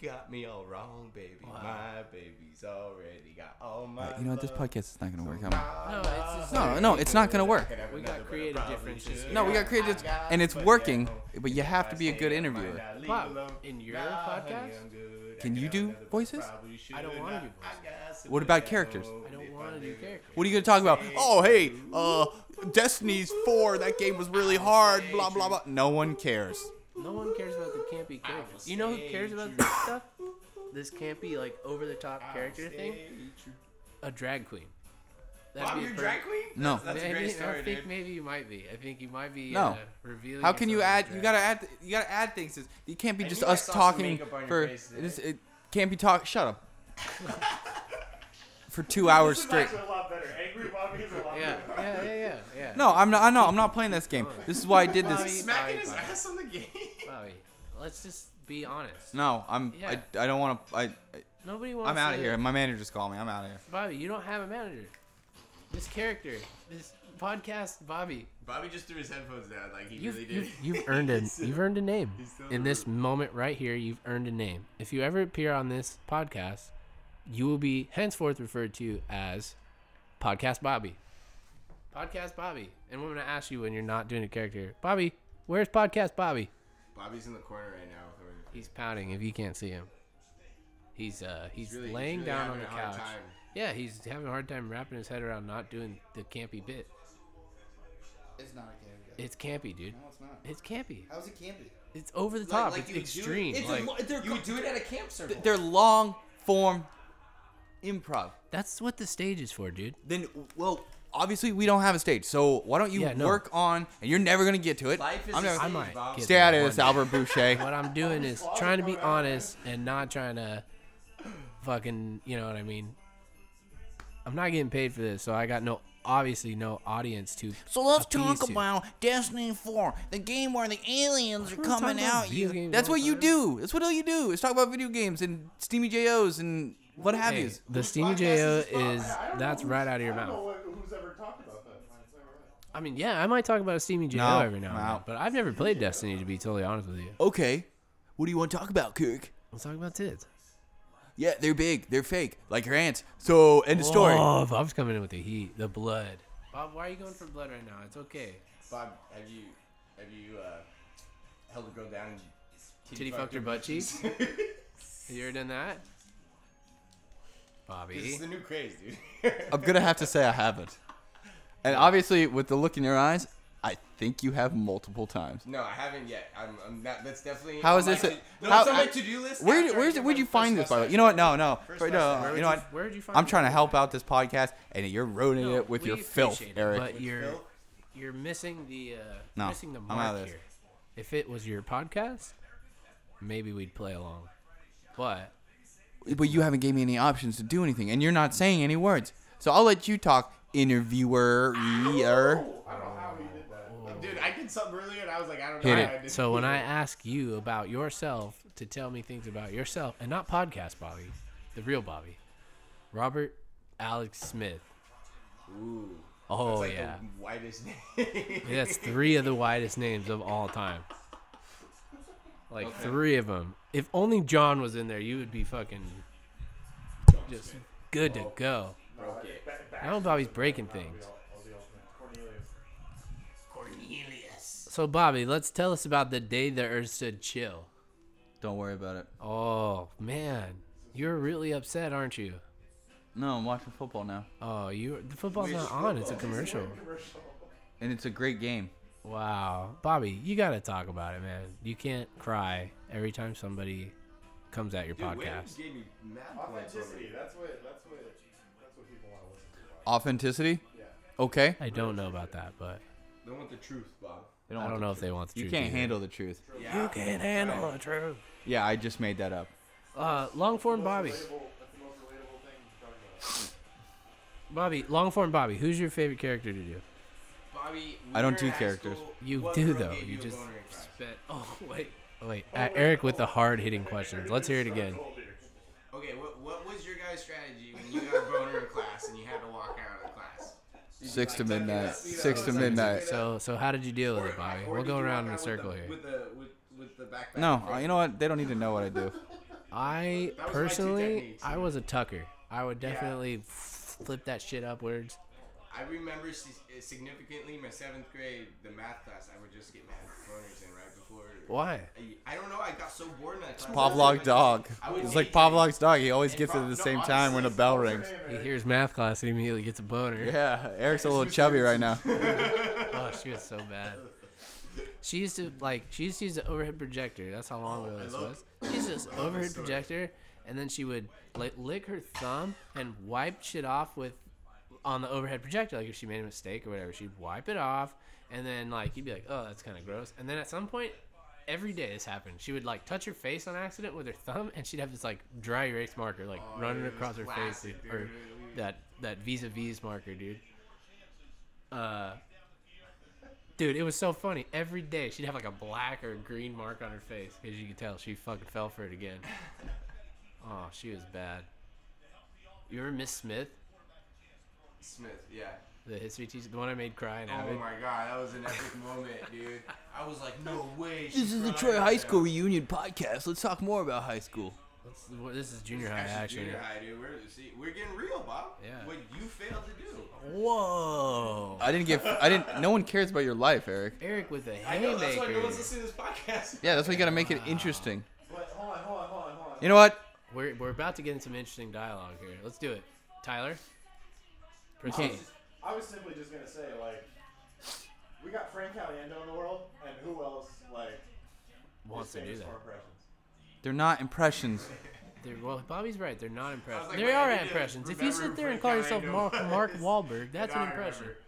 Got me all wrong, baby. My baby's already got all my.
you know what? This
love.
podcast is not gonna work. out.
no,
Nah,
it's just
No, no, it's not gonna work.
could have
We got
another, but I
creative
probably
differences
should.
here.
No, we got creative,
I got
and it's
but
working.
yeah,
But you have
I
to be a
say
good
I might
interviewer.
not leave
Bob,
alone.
in your
Nah, honey,
podcast?
I'm good. I
Can
got
you do
another, but I
voices?
probably should
I don't wanna
not.
do
I got some
What about
bad
characters?
hope
I
if
don't want to do
do.
characters.
What are you gonna talk about? Oh, hey, uh, Destiny's Four. That game was really hard. Blah blah blah. No one cares.
No one cares about the campy characters. You know who cares about this stuff? This campy like over the top character thing. A drag queen. That'd
Bob,
a
you're a
per-
drag queen?
No.
That's, that's a
maybe,
great
I
story,
think
dude.
maybe you might be. I think you might be.
No.
Uh, revealing.
How can you
yourself as
add?
a
You
drag
gotta add. You gotta add things. It's- It can't be
I
just
knew I
us
saw some
talking
makeup on your
for. It,
face today.
is- it can't be talk. Shut up. For two hours straight.
Actually, a lot better. Angry Bobby is a lot
Yeah,
better.
yeah, yeah, yeah, yeah.
No, I'm not. I know. I'm not playing this game. This is why I did
Bobby,
this.
Smacking
Bobby,
his
Bobby.
ass on the game.
Bobby, let's just be honest.
No, I'm. I, I don't want to. I. I-
Nobody wants.
I'm out of
to-
here. My manager's calling me. I'm out of here.
Bobby, you don't have a manager. This character, this podcast, Bobby.
Bobby just threw his headphones down like he
You've,
really did.
you've, you've earned a you've earned a name
he's still
in
in
this
the
moment right here. You've earned a name. If you ever appear on this podcast, you will be henceforth referred to as Podcast Bobby. Podcast Bobby. And we're gonna ask you when you're not doing a character, Bobby. Where's Podcast Bobby?
Bobby's in the corner right now. with her-
He's pouting. If you can't see him, he's uh he's,
really- he's
laying
really
down on
having
the
a hard
couch.
time.
Yeah, he's having a hard time wrapping his head around not doing the campy bit.
It's not a campy.
It's campy, dude.
No, it's not.
It's campy.
How's it campy?
It's over the top.
like
it's
you do it-
extreme.
It's
like,
a, they're, you would do it at a camp circle.
They're long form improv.
that's what the stage is for, dude.
Then well, obviously we don't have a stage. So why don't you
Yeah, no.
work on? And you're never gonna get to it.
Life is
I'm
a
never,
I
Dude,
might
Bob.
get
stay out
there
of
one
this,
day.
Albert Boucher.
What I'm doing is trying to be honest and not trying to fucking, you know what I mean. I'm not getting paid for this, so I got no, obviously no audience to.
So let's
appease
talk
to.
about Destiny 4, the game where the aliens are
We're talking
coming
about
out.
video
You,
games
That's
all
what
the
you
time.
do. That's what all you do. Is talk about video games and steamy JOs and what have
Hey,
you.
the Steamy Jo
Podcast this
is
Bob. I don't know
that's
who's-
right out of your
I don't
mouth.
know who's ever talked about that.
I mean, yeah, I might talk about a Steamy Jo
No,
every now and
no.
then, but I've never played Destiny to be totally honest with you.
Okay, what do you want to talk about, Kirk?
Let's talk about tits.
Yeah, they're big. They're fake, like your ants. So end of story.
Oh, Bob's coming in with the heat, the blood. Bob, why are you going for blood right now? It's okay.
Bob, have you have you uh, held a girl down and
Titty fucked her butt cheeks. you ever done that,
This
Bobby?
is the new craze, dude.
I'm gonna have to say I haven't. And obviously, with the look in your eyes, I think you have multiple times.
no, I haven't yet. I'm, I'm not. That's definitely.
How
on
is
my
this a-
to- no,
how-
it's on my
I-
to-do list.
Where
after I
where's,
get
where'd
my
you
first
find this? By the way,
lesson.
you know what? No, no.
First
Right,
lesson.
no
Where
you know
would you-
what?
where would you find
I'm
it?
trying to help out this podcast, and you're ruining it with
we
your filth,
appreciate it,
Eric.
But you're
filth?
you're missing the uh,
No,
missing the
I'm
mark
out of this.
here. If it was your podcast, maybe we'd play along. But
but you haven't gave me any options to do anything, and you're not saying any words. So I'll let you talk, interviewer.
I don't know how he did that. Dude, I did something earlier and I was like, I don't know
Hit
how
it.
I did
So when I ask you about yourself to tell me things about yourself, and not podcast Bobby, the real Bobby, Robert Alex Smith.
Ooh.
Oh
It's like
yeah,
the whitest name.
that's three of the widest names of all time. Like three of them. If only John was in there, you would be fucking just good to go.
Broke it.
I don't know Bobby's breaking things. So Bobby, let's tell us about the day the earth stood chill.
Don't worry about it.
Oh man, you're really upset, aren't you?
No, I'm watching football now,
Oh, you the football's not on. It's a commercial.
and it's a great game.
Wow, Bobby, you gotta talk about it, man. You can't cry every time somebody comes at your podcast.
gave me mad points over
Authenticity. That's what. That's what. That's what people want to listen to.
Authenticity. Okay.
I don't know about that, but
They want the truth, Bob.
I don't know if they want the
You
truth.
can't
either.
handle the truth.
You can't handle the truth.
Yeah, I just made that up.
Uh, long form Bobby. Bobby, long form Bobby. Who's your favorite character to do?
Bobby,
I don't do characters.
You do though. You just spent. Oh wait, wait. Uh, Eric with the hard hitting questions. Let's hear it again.
Okay, what, what was your guys' strategy when you got a boner in class and you had to walk out of the class?
Six to midnight. Six to midnight.
So so how did you deal with it, Bobby?
Or
We'll
did
go
you
around in a
walk out
circle
with the,
here.
With the, with, with the backpack.
No, uh, you know what? They don't need to know what I do.
I
two
personally,
techniques.
I was a tucker. I would definitely flip that shit upwards.
I remember si- uh, significantly my seventh grade, the math class, I would just get mad boners in right before.
Why?
I, I don't know, I got so bored in that class.
Pavlov dog.
I would
It's like
hate that.
Pavlov's dog. He always gets it at the same time when a bell rings.
He hears math class and immediately gets a boner.
Yeah, Eric's a little chubby right now.
Oh, she was so bad. She used to like she used to use the overhead projector. That's how long ago this was. She used this overhead projector, and then she would like lick her thumb and wipe shit off with on the overhead projector. Like if she made a mistake or whatever, she'd wipe it off, and then like you'd be like, oh, that's kind of gross. And then at some point, every day this happened. She would like touch her face on accident with her thumb, and she'd have this like dry erase marker like running across her face, dude, or that that Visa V's marker, dude. Uh, dude, it was so funny. Every day she'd have like a black or green mark on her face because you could tell she fucking fell for it again. oh, she was bad. You remember Miss Smith,
Smith, yeah.
the history teacher, the one I made cry and
Oh
Avid?
my god, that was an epic moment, dude. I was like, no way.
This is the Troy High School Reunion podcast. Let's talk more about high school.
What's the- what- this is junior high
Actually,
action.
junior high, dude. We're, see, we're getting real, Bob.
Yeah.
What you failed to do.
Whoa,
I didn't get. I didn't. No one cares about your life, Eric.
Eric with a
I know, that's why no
haymaker.
one's listening to this podcast.
Yeah, that's why you gotta make it interesting.
But hold on, hold on, hold on, hold on.
You know what?
We're we're about to get into some interesting dialogue here. Let's do it, Tyler. Proceed.
I was simply just gonna say like, we got Frank Caliendo in the world, and who else like
Wants to do
famous
that.
for impressions?
They're not impressions.
They're, well, Bobby's right. They're not impressions.
like,
they
wait, I
are
need to
impressions. If you
remember
sit there and
Frank
call yourself
Indo.
Mark Mark Wahlberg, that's
Now
an
I
impression.
remember.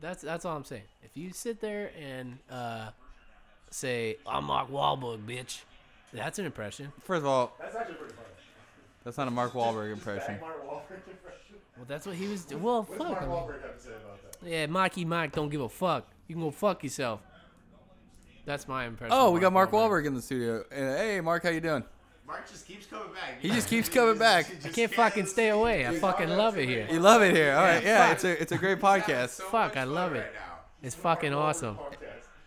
That's that's all I'm saying. If you sit there and uh, say I'm Mark Wahlberg, bitch, that's an impression.
First of all,
That's actually pretty funny.
that's not a Mark Wahlberg
Bag
impression.
Mark Wahlberg impression.
Well, that's what he was. Do- well, fuck.
What does Mark
I mean,
Wahlberg have to say about that?
yeah, Mikey Mike, don't give a fuck. You can go fuck yourself. That's my impression. of
Oh, we got Mark Wahlberg in the studio. And, Hey, Mark, how you doing?
Mark just keeps coming back.
He just keeps coming back.
I can't fucking stay away. I fucking love it here.
You love it here. All right, yeah,
fuck.
it's a it's a great podcast.
Fuck, I love it. It's fucking awesome.
Podcast.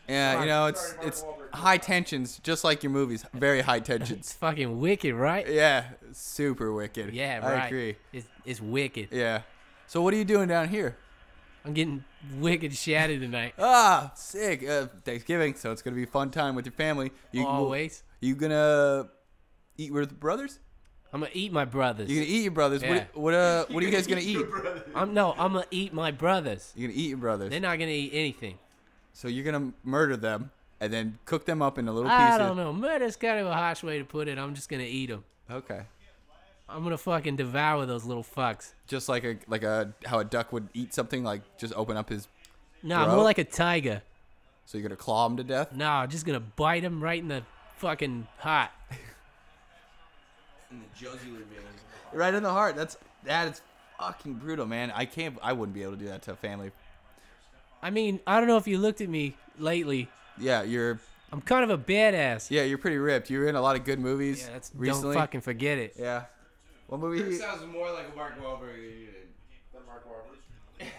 Yeah, you know, it's it's high tensions, just like your movies. Very high
It's
tensions.
fucking wicked, right?
Yeah, super wicked.
Yeah, right.
I agree.
It's, it's wicked.
Yeah. So what are you doing down here?
I'm getting wicked shatty tonight.
Ah, sick. Uh, Thanksgiving, so it's gonna be a fun time with your family. You
Always.
You gonna eat with brothers?
I'm gonna eat my brothers.
You gonna eat your brothers?
Yeah.
What what uh what are you guys gonna eat?
I'm no, I'm gonna eat my brothers.
You're gonna eat your brothers.
They're not gonna eat anything.
so you're gonna murder them and then cook them up into little pieces.
I don't know. Murder's kind of a harsh way to put it. I'm just gonna eat them.
Okay.
I'm gonna fucking devour those little fucks.
Just like a like a how a duck would eat something, like just open up his.
Nah,
Bro.
more like a tiger.
So you're gonna claw him to death.
Nah, I'm just gonna bite him right in the fucking heart.
jugular vein.
right in the heart. That's that is fucking brutal, man. I can't. I wouldn't be able to do that to a family.
I mean, I don't know if you looked at me lately.
Yeah, you're.
I'm kind of a badass.
Yeah, you're pretty ripped. You're in a lot of good movies
Yeah, that's
recently.
don't fucking forget it.
yeah. What movie?
sounds more like a Mark Wahlberg than you did.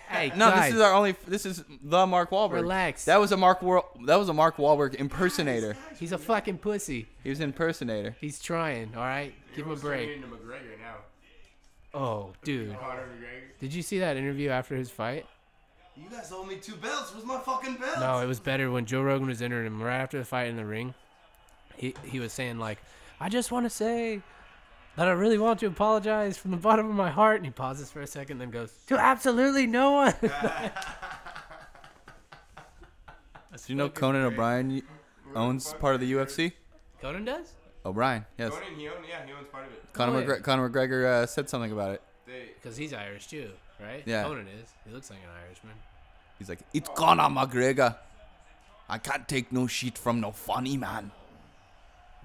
Hey,
No,
guys,
this is our only. This is the Mark Wahlberg.
Relax.
That was a Mark. War, that was a Mark Wahlberg impersonator.
he's a fucking pussy.
He was impersonator.
He's trying. All right, give him a break.
Into McGregor now.
Oh, dude,
Conor McGregor.
did you see that interview after his fight?
You guys owe me two belts. Where's my fucking belt?
No, it was better when Joe Rogan was entering him right after the fight in the ring. He he was saying like, I just want to say that I really want to apologize from the bottom of my heart. And he pauses for a second, then goes to absolutely no one.
Do you know Conan O'Brien owns part of the UFC?
Conan does.
O'Brien, yes.
Conan, he owned, yeah, he owns part of it.
Conor,
Conan.
McGre- Conor McGregor uh, said something about it.
They,
Because he's Irish too, right?
Yeah.
Conan is. He looks like an Irishman.
He's like, it's Conor McGregor. I can't take no shit from no funny man.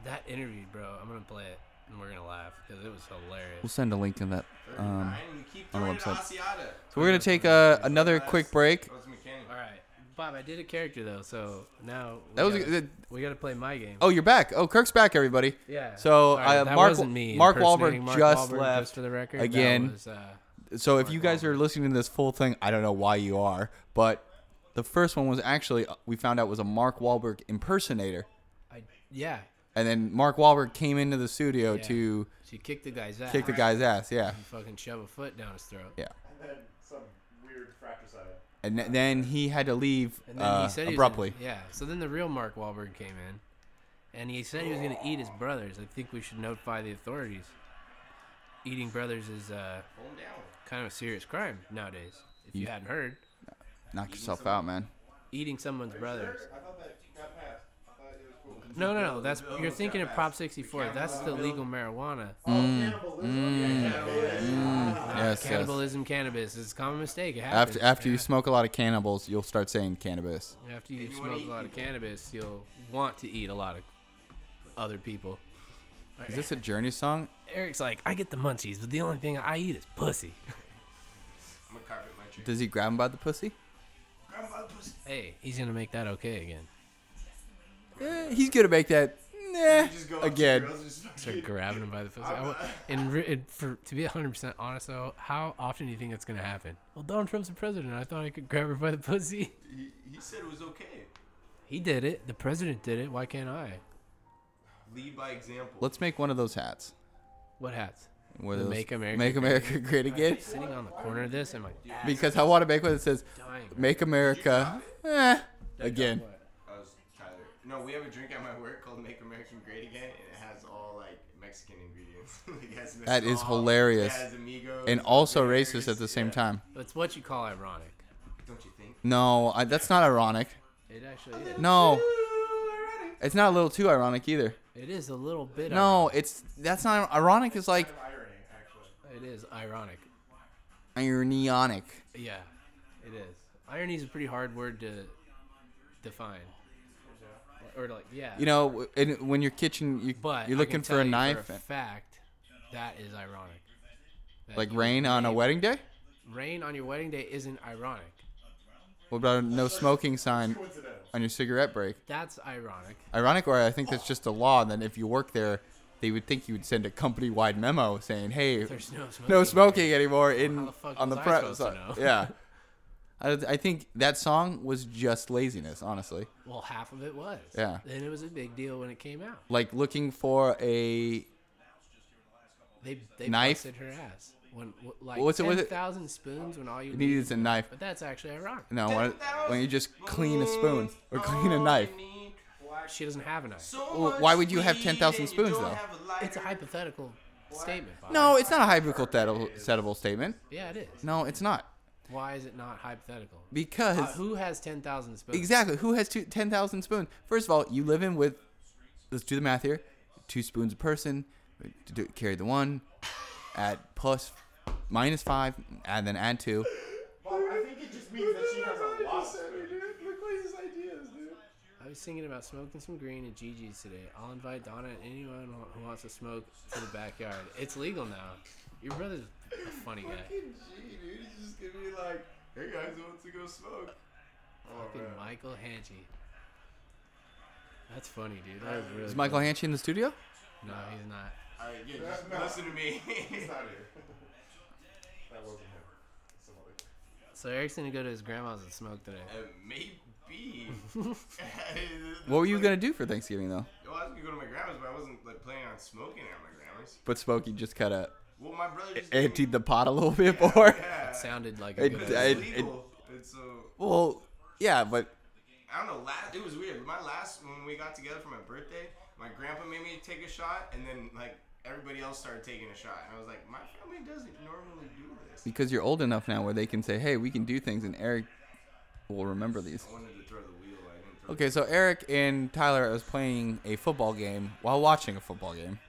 That interview, bro, I'm going to play it and we're going to laugh because it was
We'll
hilarious.
send a link to that. Um,
Ryan, we keep
on the
throwing it
website.
Asiata.
so we're gonna take uh, another quick break.
That was mechanic.
All right. Bob, I did a character though, so now we
That was
gotta,
that-
we got to play my game.
oh, you're back. Oh, Kirk's back, everybody.
yeah.
So
Sorry,
uh,
that
Mark
wasn't me
Mark Wahlberg
impersonating
just
Wahlberg,
left.
for the record That
again.
was, uh,
so if you guys are listening to this full thing, I don't know why you are, but the first one was actually uh, we found out was a Mark Wahlberg impersonator,
I, yeah,
and then Mark Wahlberg came into the studio
Yeah.
to
she kicked the guy's ass.
kick the guy's ass. Yeah.
And fucking shove a foot down his throat.
Yeah.
And then some weird fratricide.
And th- then he had to leave
And then
uh,
he said he was gonna-
abruptly.
yeah. So then the real Mark Wahlberg came in, and he said he was going to eat his brothers. I think we should notify the authorities. Eating brothers is uh,
Calm down.
kind of a serious crime nowadays. If you
Yeah.
hadn't heard,
Knock yourself out, man.
eating someone's brothers.
I thought that got passed. I thought it was cool.
No, no, no. That's you're thinking of Prop 64. That's the legal marijuana.
Oh, cannibalism.
Mm,
Yeah, cannibalism.
Uh,
Yes, yes.
Cannibalism, cannabis. It's a common mistake. It happens.
After after you smoke a lot of cannibals, you'll start saying cannabis.
After you
you wanna
smoke a
eat
lot of
people.
cannabis, you'll want to eat a lot of other people.
Is this a Journey song?
Eric's like, I get the munchies, but the only thing I eat is pussy.
I'm gonna carpet my tree.
Does he grab him by the pussy?
Hey, he's gonna make that okay again.
Eh, he's gonna make that. Nah,
Just go up to
again.
girls and just-
Start grabbing him by the pussy. I wa- and, re- and for to be 100 percent honest, though, how often do you think that's gonna happen? Well, Donald Trump's the president. I thought I could grab her by the pussy.
He, he said it was okay.
He did it. The president did it. Why can't I?
Lead by example.
Let's make one of those hats.
What hats?
Where
The
those-
Make America
Make
Great
America Great Again.
Sitting on the corner of this, and like
Because I want to make one that says
dying.
"Make America eh, Again."
I was Tyler. No, we have a drink at my work called Make American Great Again, and it has all like Mexican ingredients. it has
That is
mezcal,
hilarious.
It has amigos,
And also
beers,
racist at the same
yeah.
time.
It's what you call ironic.
Don't you think?
No, I, that's not ironic.
It actually is.
No, it's not a little too ironic either.
It is a little bit.
No, it's that's not ironic. Is like
ironic. it is ironic.
ironic.
Yeah, it is. Irony is a pretty hard word to define. Or like, yeah.
You know, w- and when you're kitchen, you,
but
you're
I can
looking
tell
for a
you
knife,
For a fact that is ironic. That
like
you-
rain on a wedding day.
Rain on your wedding day isn't ironic.
What about a no smoking sign on your cigarette break?
That's ironic.
Ironic, or I think that's just a law. And then if you work there, they would think you would send a company-wide memo saying, "Hey,
There's no smoking.
no smoking anymore
How
in
the fuck
on the
was I
press."
supposed to know?
Yeah, I, I think that song was just laziness, honestly.
Well, half of it was.
Yeah.
And it was a big deal when it came out.
Like looking for a
They they
Knife?
busted her ass. When wh- like
What's it- was
ten
it-
thousand spoons when all you
it
need
needed a knife.
But that's actually ironic.
No, when, when you just clean a spoon or clean a
Oh,
knife.
you need
She doesn't have a knife.
so
Well,
much
why would you have
weed
10,000
and you
spoons,
don't
though?
have lighter.
It's a hypothetical statement. Bob.
No, it's not a hypothetical setable statement.
Yeah, it is.
No, it's not.
Why is it not hypothetical?
Because
Uh, who has ten thousand spoons?
exactly, who has two, 10,000 spoons? First of all, you live in with let's do the math here. 2 spoons a person, to do, carry the one at plus minus 5 and then add 2.
mm.
Well, I think it just means that she has a lot. of food.
I was thinking about smoking some green at Gigi's today. I'll invite Donna and anyone who- who wants to smoke to the backyard. It's legal now. Your brother's a funny guy.
Fucking G, dude. He's just gonna be like, hey guys, who wants to go smoke? Oh,
Fucking
man.
Michael Hanchy. That's funny, dude. That was really
Is Michael Hanchy in the studio?
funny. No, he's not.
Alright, yeah, just listen to me.
He's not here. that wasn't him. Somebody.
So Eric's gonna go to his grandma's and smoke today.
Uh, maybe.
What were you gonna do for Thanksgiving though?
Well, I was gonna go to my grandma's, but I wasn't like planning on smoking at my grandma's.
But Smokey just kind of
Well, my brother just gave me-
emptied the pot a little bit more.
Yeah,
Sounded like a
It-
good
but
I-
idea.
it-
it's legal. and so
Well, yeah, but
I don't know. Last it was weird. My last when we got together for my birthday, my grandpa made me take a shot, and then like everybody else started taking a shot, and I was like, my family doesn't normally do this.
because you're old enough now where they can say, "Hey, we can do things," and Eric will remember these.
I wanted to throw the wheel. I didn't throw
Okay, so Eric and Tyler was playing a football game while watching a football game,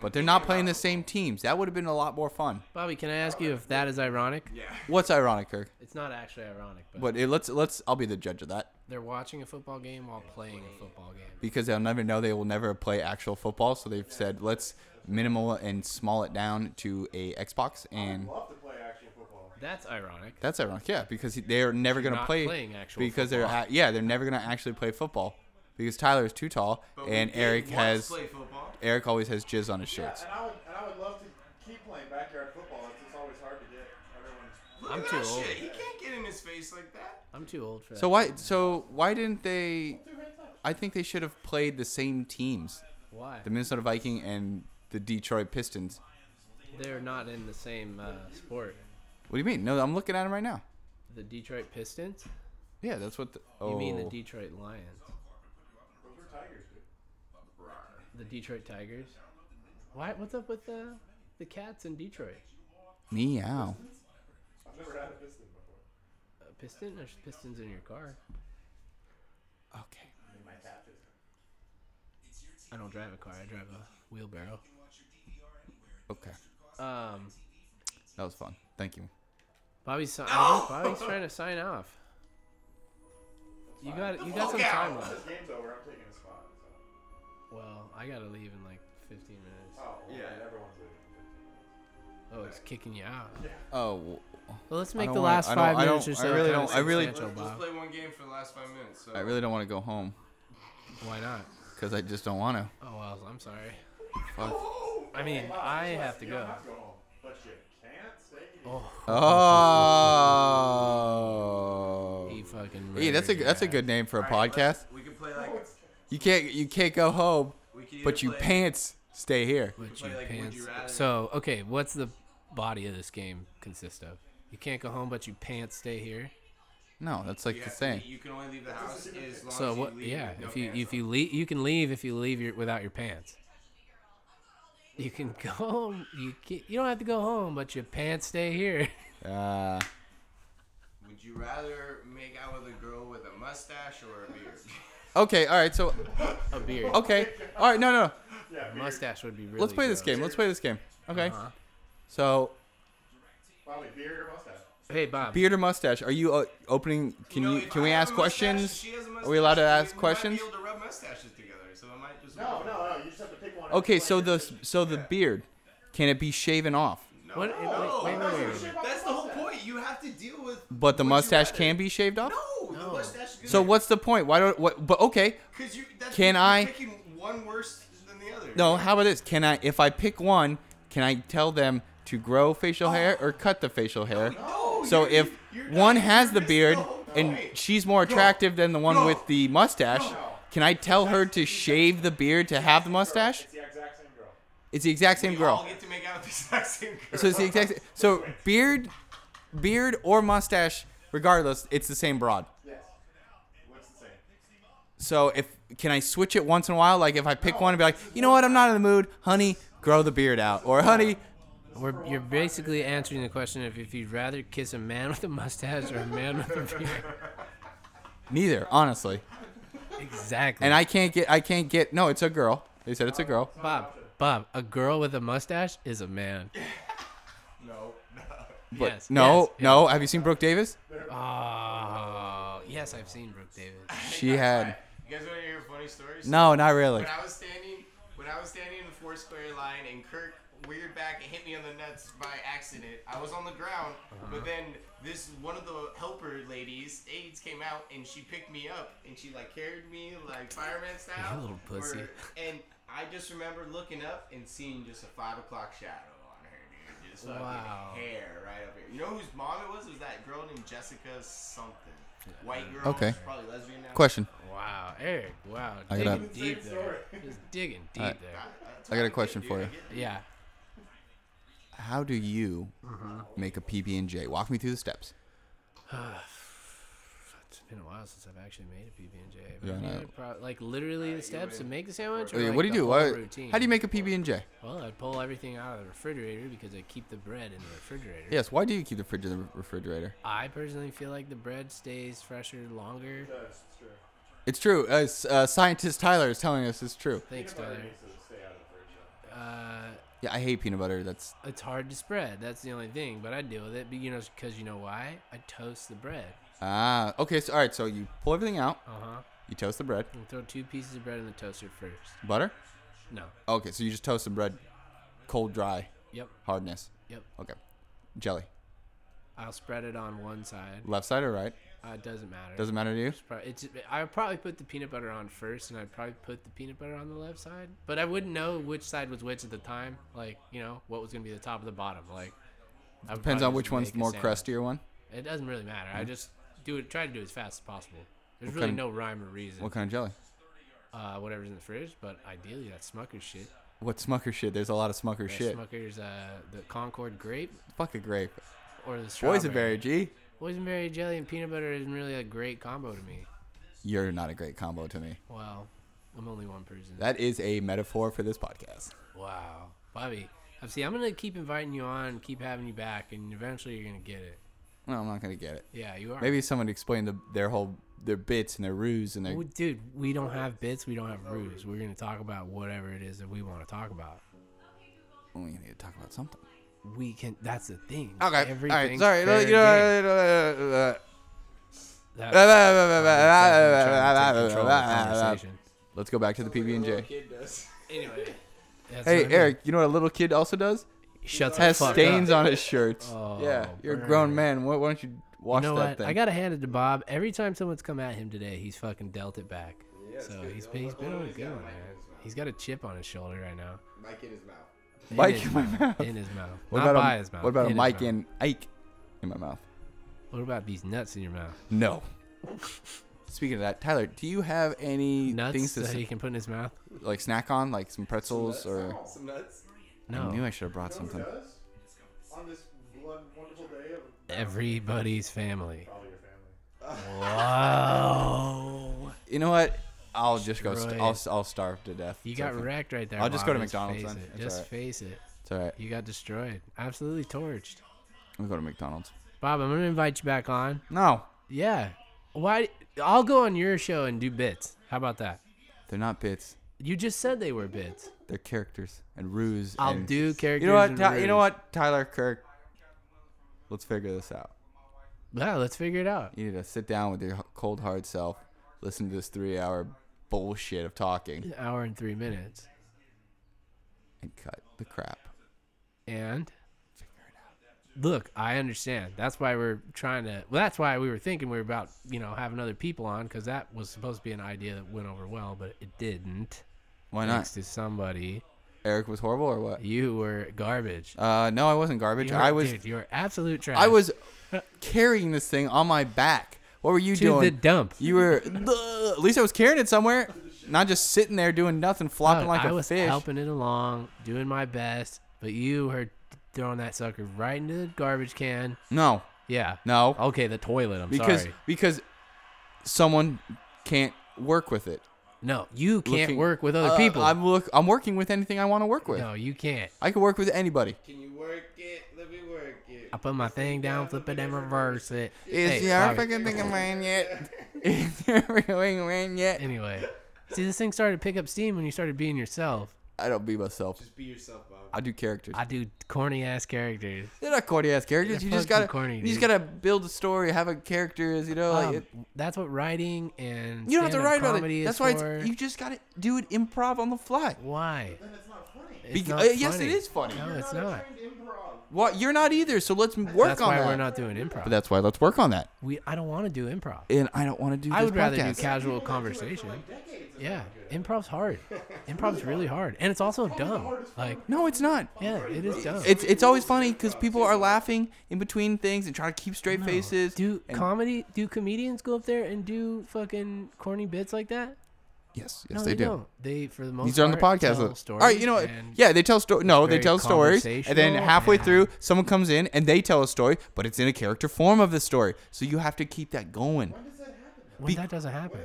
but they're not playing the same teams. That would have been a lot more fun.
Bobby, can I ask you if that is ironic?
The, yeah.
What's ironic, Kirk?
It's not actually ironic, but
But it, let's let's I'll be the judge of that
they're watching a football game while playing a football game.
because they'll never know they will never play actual football. So they've said let's minimal and small it down to a Xbox, and
Love to play actual football.
That's ironic.
that's ironic. Yeah, because they're never gonna
not
play
playing actual
because they're
football.
at, yeah they're never gonna actually play football because Tyler is too tall
But we
and
did
Eric
once
has
play football.
Eric always has jizz on his
Yeah,
shirts.
and I would and I would love to keep playing backyard football. It's just always hard to get everyone.
Look
I'm
at
too
that
old.
Shit. He can't get in his face like that.
I'm too old for that.
So why so why didn't they? I think they should have played the same teams,
Why?
the Minnesota Viking and the Detroit Pistons.
They're not in the same uh, sport.
What do you mean? No, I'm looking at them right now.
The Detroit Pistons?
Yeah, that's what. The, oh,
You mean the Detroit Lions?
Those were tigers, dude.
The Detroit Tigers? Why? What's up with the the Cats in Detroit?
meow?
I've never had a piston before.
A piston? There's pistons in your car.
Okay.
I don't drive a car. I drive a wheelbarrow.
Okay.
Um,
That was fun. Thank you.
Bobby's si- Bobby's trying to sign off. You got you got some time left.
This game's over. I'm taking a spot. So.
Well, I gotta leave in like 15 minutes.
Oh, well,
Yeah.
yeah. Everyone's leaving.
Oh, it's kicking you out.
Oh, w-
Well, let's
I
make
don't
the
wanna-
last
I don't-
five
I
minutes
don't- I
or so.
really
kinda
don't- I really-
substantial,
Let's just
Bob.
play one game for the last five minutes. So
I really don't want to go home
Why not?
because I just don't want to.
Oh well, I'm sorry.
Fuck.
I mean, I have to
You don't
go.
have to go home, but you can't stay. here.
Oh,
Oh.
he fucking.
Hey, that's a
murdered
that's a
your
good name for a
All right,
podcast.
let's- We could play like.
You can't you can't go home,
We could either
but you
play,
pants stay here.
ass. Put
play,
your
like, Would
pants.
You Rather.
So okay, what's the body of this game consist of? You can't go home, but you pants stay here.
No, that's like
You
the
have-
saying.
You can only leave the house as long
So
as
what?
you leave
Yeah,
with no
if you
pants
if
on.
you leave, you can leave if you leave your, without your pants. You can go home. You can, you don't have to go home, but your pants stay here.
Uh,
Would you rather make out with a girl with a mustache or a beard?
okay, all right. So
A beard,
okay, all right. No, no. no.
mustache would be
Oh.
really.
Let's play this
gross.
game. Let's play this game. Okay.
Uh-huh.
So
Probably beard or mustache.
Hey Bob.
beard or mustache? Are you uh, opening? Can
know,
you
if
can
I
we
have a
ask
mustache,
questions?
she has a
Are we allowed to
mustache,
ask
we
questions?
Might be able to rub mustaches together, so it might just
No, no, no. You just have to pick one.
Okay, so the so the beard, can it be shaven off?
no.
What-
no,
wait, wait, wait, wait, wait.
That's the whole point. You have to deal with.
But the
would you
mustache
rather.
can be shaved off.
No, the mustache. Is
So what's the point? Why don't what? But okay,
Because you. That's
Can
you're
I-
Picking one worse than the other.
No, how about this? Can I, if I pick one, can I tell them to grow facial hair or cut the facial hair?
No,
So
you're-
if
you're
one
not-
has
you're
the
missing
beard
whole
and
point.
she's more attractive than the one
No.
with the mustache, can I tell her to shave the beard to have the mustache?
It's the exact same girl.
It's the exact
We
same
all
girl.
get to make out with the exact same girl.
So it's the exact so beard, beard or mustache, regardless, it's the same broad.
Yes. What's the same?
So if can I switch it once in a while? Like if I pick one and be like, you know what, I'm not in the mood, honey, grow the beard out, or honey,
We're, you're basically answering the question of if you'd rather kiss a man with a mustache or a man with a beard.
neither, honestly.
Exactly.
and I can't get I can't get no, it's a girl. They said it's a girl.
Bob, Bob, a girl with a mustache is a man.
No,
But
yes.
no,
yes,
no. Have you seen Brooke Davis?
yes. Oh, yes, I've seen Brooke Davis.
She had
You guys want to hear a funny story? So
No, not really.
When I was standing, when I was standing in the four square line, and Kirk weird back and hit me on the nuts by accident. I was on the ground,
Uh-huh.
but then this one of the helper ladies, aides, came out and she picked me up and she like carried me like fireman style.
You little pussy.
where- and I just remember looking up and seeing just a five o'clock shadow on her, dude. Just fucking
Wow.
hair right up here. You know whose mom it was? It was that girl named Jessica something. White girl.
Okay.
She's probably lesbian now.
Question.
Wow, Eric. Wow,
I
digging
got a-
deep there. Just digging deep
Alright.
there.
That's
I got a
what did,
question
dude.
for
I
you.
get-
Yeah.
How do you
Mm-hmm.
make a PB and J? Walk me through the steps.
It's been a while since I've actually made a PB and J.
Yeah, I know.
Like literally the steps to make the sandwich. Or
Wait,
like
what do you
the
do?
whole
Why-
routine?
how do you make a PB and J?
Well, I'd pull everything out of the refrigerator because I keep the bread in the refrigerator.
Yes. Why do you keep the fridge in the refrigerator?
I personally feel like the bread stays fresher longer.
That's true.
It's true. Uh, s- uh, scientist Tyler is telling us it's true.
Thanks,
Peanut butter
Tyler.
needs to stay out of the fridge. though.
Uh,
Yeah, I hate peanut butter. That's
it's hard to spread. That's the only thing. But I deal with it. But you know, because you know why? I toast the bread.
ah okay. So all right. So you pull everything out.
Uh huh.
You toast the bread.
And throw two pieces of bread in the toaster first.
Butter.
No.
Okay. So you just toast the bread, cold, dry,
Yep.
hardness.
Yep.
Okay. Jelly.
I'll spread it on one side.
Left side or right?
Uh, it doesn't matter.
Doesn't matter to you.
Pro- It's, I would probably put the peanut butter on first, and I'd probably put the peanut butter on the left side. But I wouldn't know which side was which at the time. Like, you know, what was going to be the top of the bottom. Like, I would
Depends
probably
on
just
which one's
make
the
a
more
sandwich.
crustier one.
It doesn't really matter. I just do it. Try to do it as fast as possible. There's
What
really
kind-
no rhyme or reason.
What kind of jelly?
uh, whatever's in the fridge, but ideally that's Smucker's shit.
What Smucker shit? There's a lot of Smucker
Yeah,
shit.
Smucker's uh, the Concord grape
Fuck a grape.
or the strawberry.
Boysenberry, G.
Boysenberry jelly and peanut butter isn't really a great combo to me.
You're not a great combo to me.
Well, I'm only one person.
That is a metaphor for this podcast.
Wow, Bobby. I see. I'm gonna keep inviting you on, keep having you back, and eventually you're gonna get it.
No, I'm not gonna get it.
Yeah, you are.
Maybe someone explained the, their whole their bits and their ruse and their.
Well, dude, we don't have bits. We don't have rules. We're gonna talk about whatever it is that we want to talk about.
we need to talk about something.
We can. That's the thing.
Okay. All right.
Everything's
Sorry.
fair
You know,
game.
uh,
That's-
uh, uh,
I'm
uh,
definitely trying to take control of the conversation.
Let's go back to the PB and J.
Anyway. that's
Hey
what I mean.
Eric, you know what a little kid also does?
Shuts the
Has
fuck
stains
up.
on his shirts.
Oh,
yeah, you're a
burn.
grown man. Why, why don't you
You
wash
know
that
what?
thing?
I gotta hand it to Bob. Every time someone's come at him today, he's fucking dealt it back. so he's been, he's been on a good one, man. He's got a chip on his shoulder right now.
Mike in his mouth.
In
Mike
his
in my mouth.
In his mouth.
what
Not
about
by
a,
his mouth.
What about
in
a
his
Mike
mouth.
and Ike in my mouth?
What about these nuts in your mouth?
No. Speaking of that, Tyler, do you have any
Nuts
things to
that
s-
he can put in his mouth?
like snack on, like some pretzels or?
Oh, Some nuts.
I knew
No.
I should have brought
You know who
something.
does? On this one wonderful day of
Everybody's family.
probably your family.
Whoa.
You know what? I'll just go. St-
Destroyed.
I'll s- I'll starve to death.
You
It's
got
okay.
wrecked right there.
I'll just go to
Bob. Just
McDonald's
face
then.
it.
It's
Just
alright.
face it.
It's all right.
You got destroyed. Absolutely torched.
I'll go to McDonald's.
Bob, I'm gonna invite you back on.
No,
Yeah. Why? I'll go on your show and do bits. How about that?
they're not bits.
You just said they were bits.
They're characters and ruse.
I'll
and-
do characters.
You know what?
and
Ty- you know
ruse.
what? Tyler Kirk. Let's figure this out.
Yeah, let's figure it out.
You need to sit down with your h- cold hard self, listen to this three-hour bullshit of talking,
An hour and three minutes.
and cut the crap.
And look, I understand. That's why we're trying to. Well, that's why we were thinking we were about you know having other people on because that was supposed to be an idea that went over well, but it didn't.
Why
Thanks
not?
to somebody,
Eric was horrible or what?
you were garbage.
Uh, no, I wasn't garbage.
You're-
I was
Dude, you're absolute trash.
I was carrying this thing on my back. What were you
to
doing?
the dump.
You were Ugh. at least I was carrying it somewhere, not just sitting there doing nothing, flopping
Oh,
like
I
a
was
fish.
helping it along, doing my best, but you were throwing that sucker right into the garbage can.
No,
Yeah.
no,
Okay, the toilet. I'm
because
Oh, sorry.
because someone can't work with it.
No, you can't
Looking-
work with other
Uh,
people.
I'm look. I'm working with anything I want to work with.
no, you can't.
I can work with anybody.
Can you work it? Let me work it.
I put my thing down, flip it, and reverse it.
Is
Hey,
your
Bobby.
freaking thing of mine yet? Is your freaking thing of mine yet?
Anyway, see, this thing started to pick up steam when you started being yourself.
I don't be myself.
Just be yourself, Bob.
I do characters.
I do corny ass characters.
They're not corny ass characters.
They're
you just
fucking
gotta
corny,
you just
dude.
gotta build a story, have a characters. You know, like
Um,
it,
that's what writing and
Oh, you don't have to
stand-up
write about
comedy
it.
is
That's why
for.
it's, you just gotta do it improv on the fly.
Why? It's
Bec-
not
uh, yes,
funny.
it is funny.
No, it's not.
What you're not either. So let's work
That's
on
why
that.
we're not doing improv.
but that's why let's work on that.
we I don't want to do improv.
And I don't want to do.
I
this
would rather
podcast.
do casual conversation. yeah, improv's hard. Improv's really hard, and it's also dumb. Like,
No, it's not.
yeah, it is dumb.
It's it's always funny because people are laughing in between things and trying to keep straight faces.
Do
and-
comedy? Do comedians go up there and do fucking corny bits like that?
yes, yes,
no,
they, do.
not They for the most
These are on the
part,
podcast.
tell
though.
Stories
All right, you know, what?
and-
yeah, they tell stories. No, they
very
tell stories, and then
conversational
halfway
and-
through, someone comes in and they tell a story, but it's in a character form of the story, so you have to keep that going
When
Be-
that doesn't happen.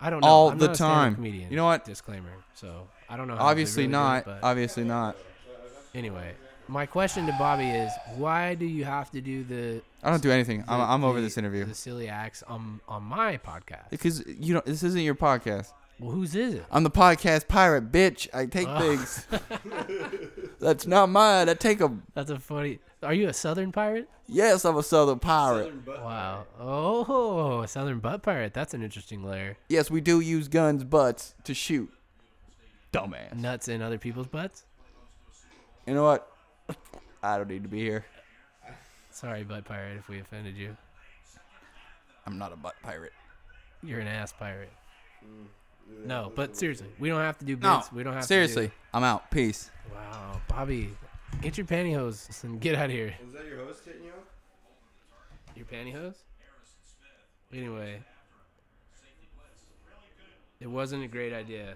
I don't know.
all
I'm
the
not a stand-up
time.
Comedian,
You know what?
Disclaimer. So I don't know. How they
Obviously
really do it,
not.
but
Obviously not.
anyway, my question to Bobby is: Why do you have to do the?
I don't do anything. I'm,
the-
I'm over
the-
this interview
The silly acts on on my podcast.
because you know this isn't your podcast.
Well, whose is it?
I'm the podcast pirate, bitch. I take
Oh.
things. That's not mine. I take them.
That's a funny. Are you a Southern pirate?
Yes, I'm a southern pirate.
Wow. Oh, a Southern butt pirate. That's an interesting layer.
Yes, we do use guns, butts to shoot. Dumbass.
Nuts in other people's butts.
You know what? I don't need to be here.
Sorry, butt pirate, if we offended you.
I'm not a butt pirate.
You're an ass pirate.
Mm,
No, but seriously, we don't have to do
No,
bits. we don't have
seriously.
to.
I'm out. Peace.
Seriously. Wow, Bobby, get your pantyhose and get out of here.
Was that your host hitting you? up?
Your pantyhose? Anyway, it wasn't a great idea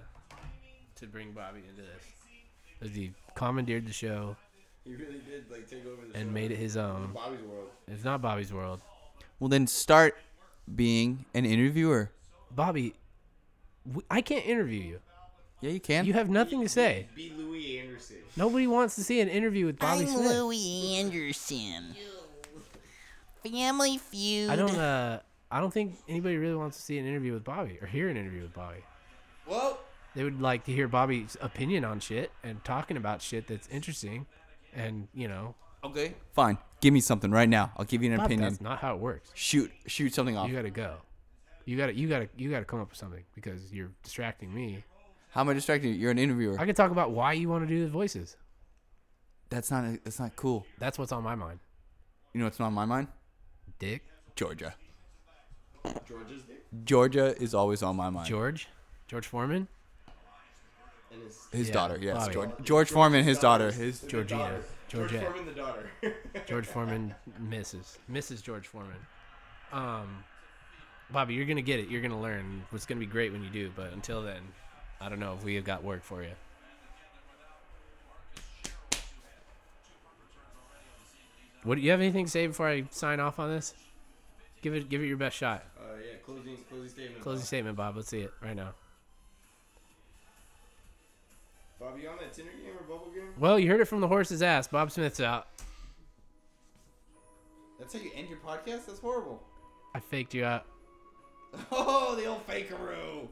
to bring Bobby into this. 'Cause He commandeered the show
He really did like take over the
and made it his own.
Bobby's world.
It's not Bobby's world.
Well, then start being an interviewer.
Bobby, w- I can't interview you.
Yeah, you can.
You have nothing to say.
Be Louis Anderson.
Nobody wants to see an interview with Bobby
I'm
Smith.
Louis Anderson. Family Feud.
I don't. Uh, I don't think anybody really wants to see an interview with Bobby or hear an interview with Bobby.
well,
They would like to hear Bobby's opinion on shit and talking about shit that's interesting, and you know,
okay. Fine. Give me something right now. I'll give you an
Bob,
opinion.
that's not how it works.
Shoot, shoot something off.
You gotta go. You gotta. You gotta. You gotta come up with something because you're distracting me.
How am I distracting you? You're an interviewer.
I can talk about why you want to do the voices.
That's not. That's not cool.
That's what's on my mind.
You know what's not on my mind?
Dick,
Georgia.
George's dick
Georgia is always on my mind.
George, George Foreman,
and his
his
yeah,
daughter. Yes,
Bobby.
George. George Foreman. His daughter. His
Georgina,
George
Georgette.
Foreman, the daughter.
George Foreman misses. Mrs. George Foreman. Um, Bobby, you're gonna get it. You're gonna learn. It's gonna be great when you do. But until then, I don't know if we have got work for you. What do you have anything to say before I sign off on this? Give it, give it your best shot.
uh, yeah, closing closing statement.
Closing statement, Bob. Let's see it right now.
Bobby, you on that Tinder game or bubble game?
Well, you heard it from the horse's ass. Bob Smith's out.
That's how you end your podcast. That's horrible.
I faked you out.
Oh, the old fakeroo.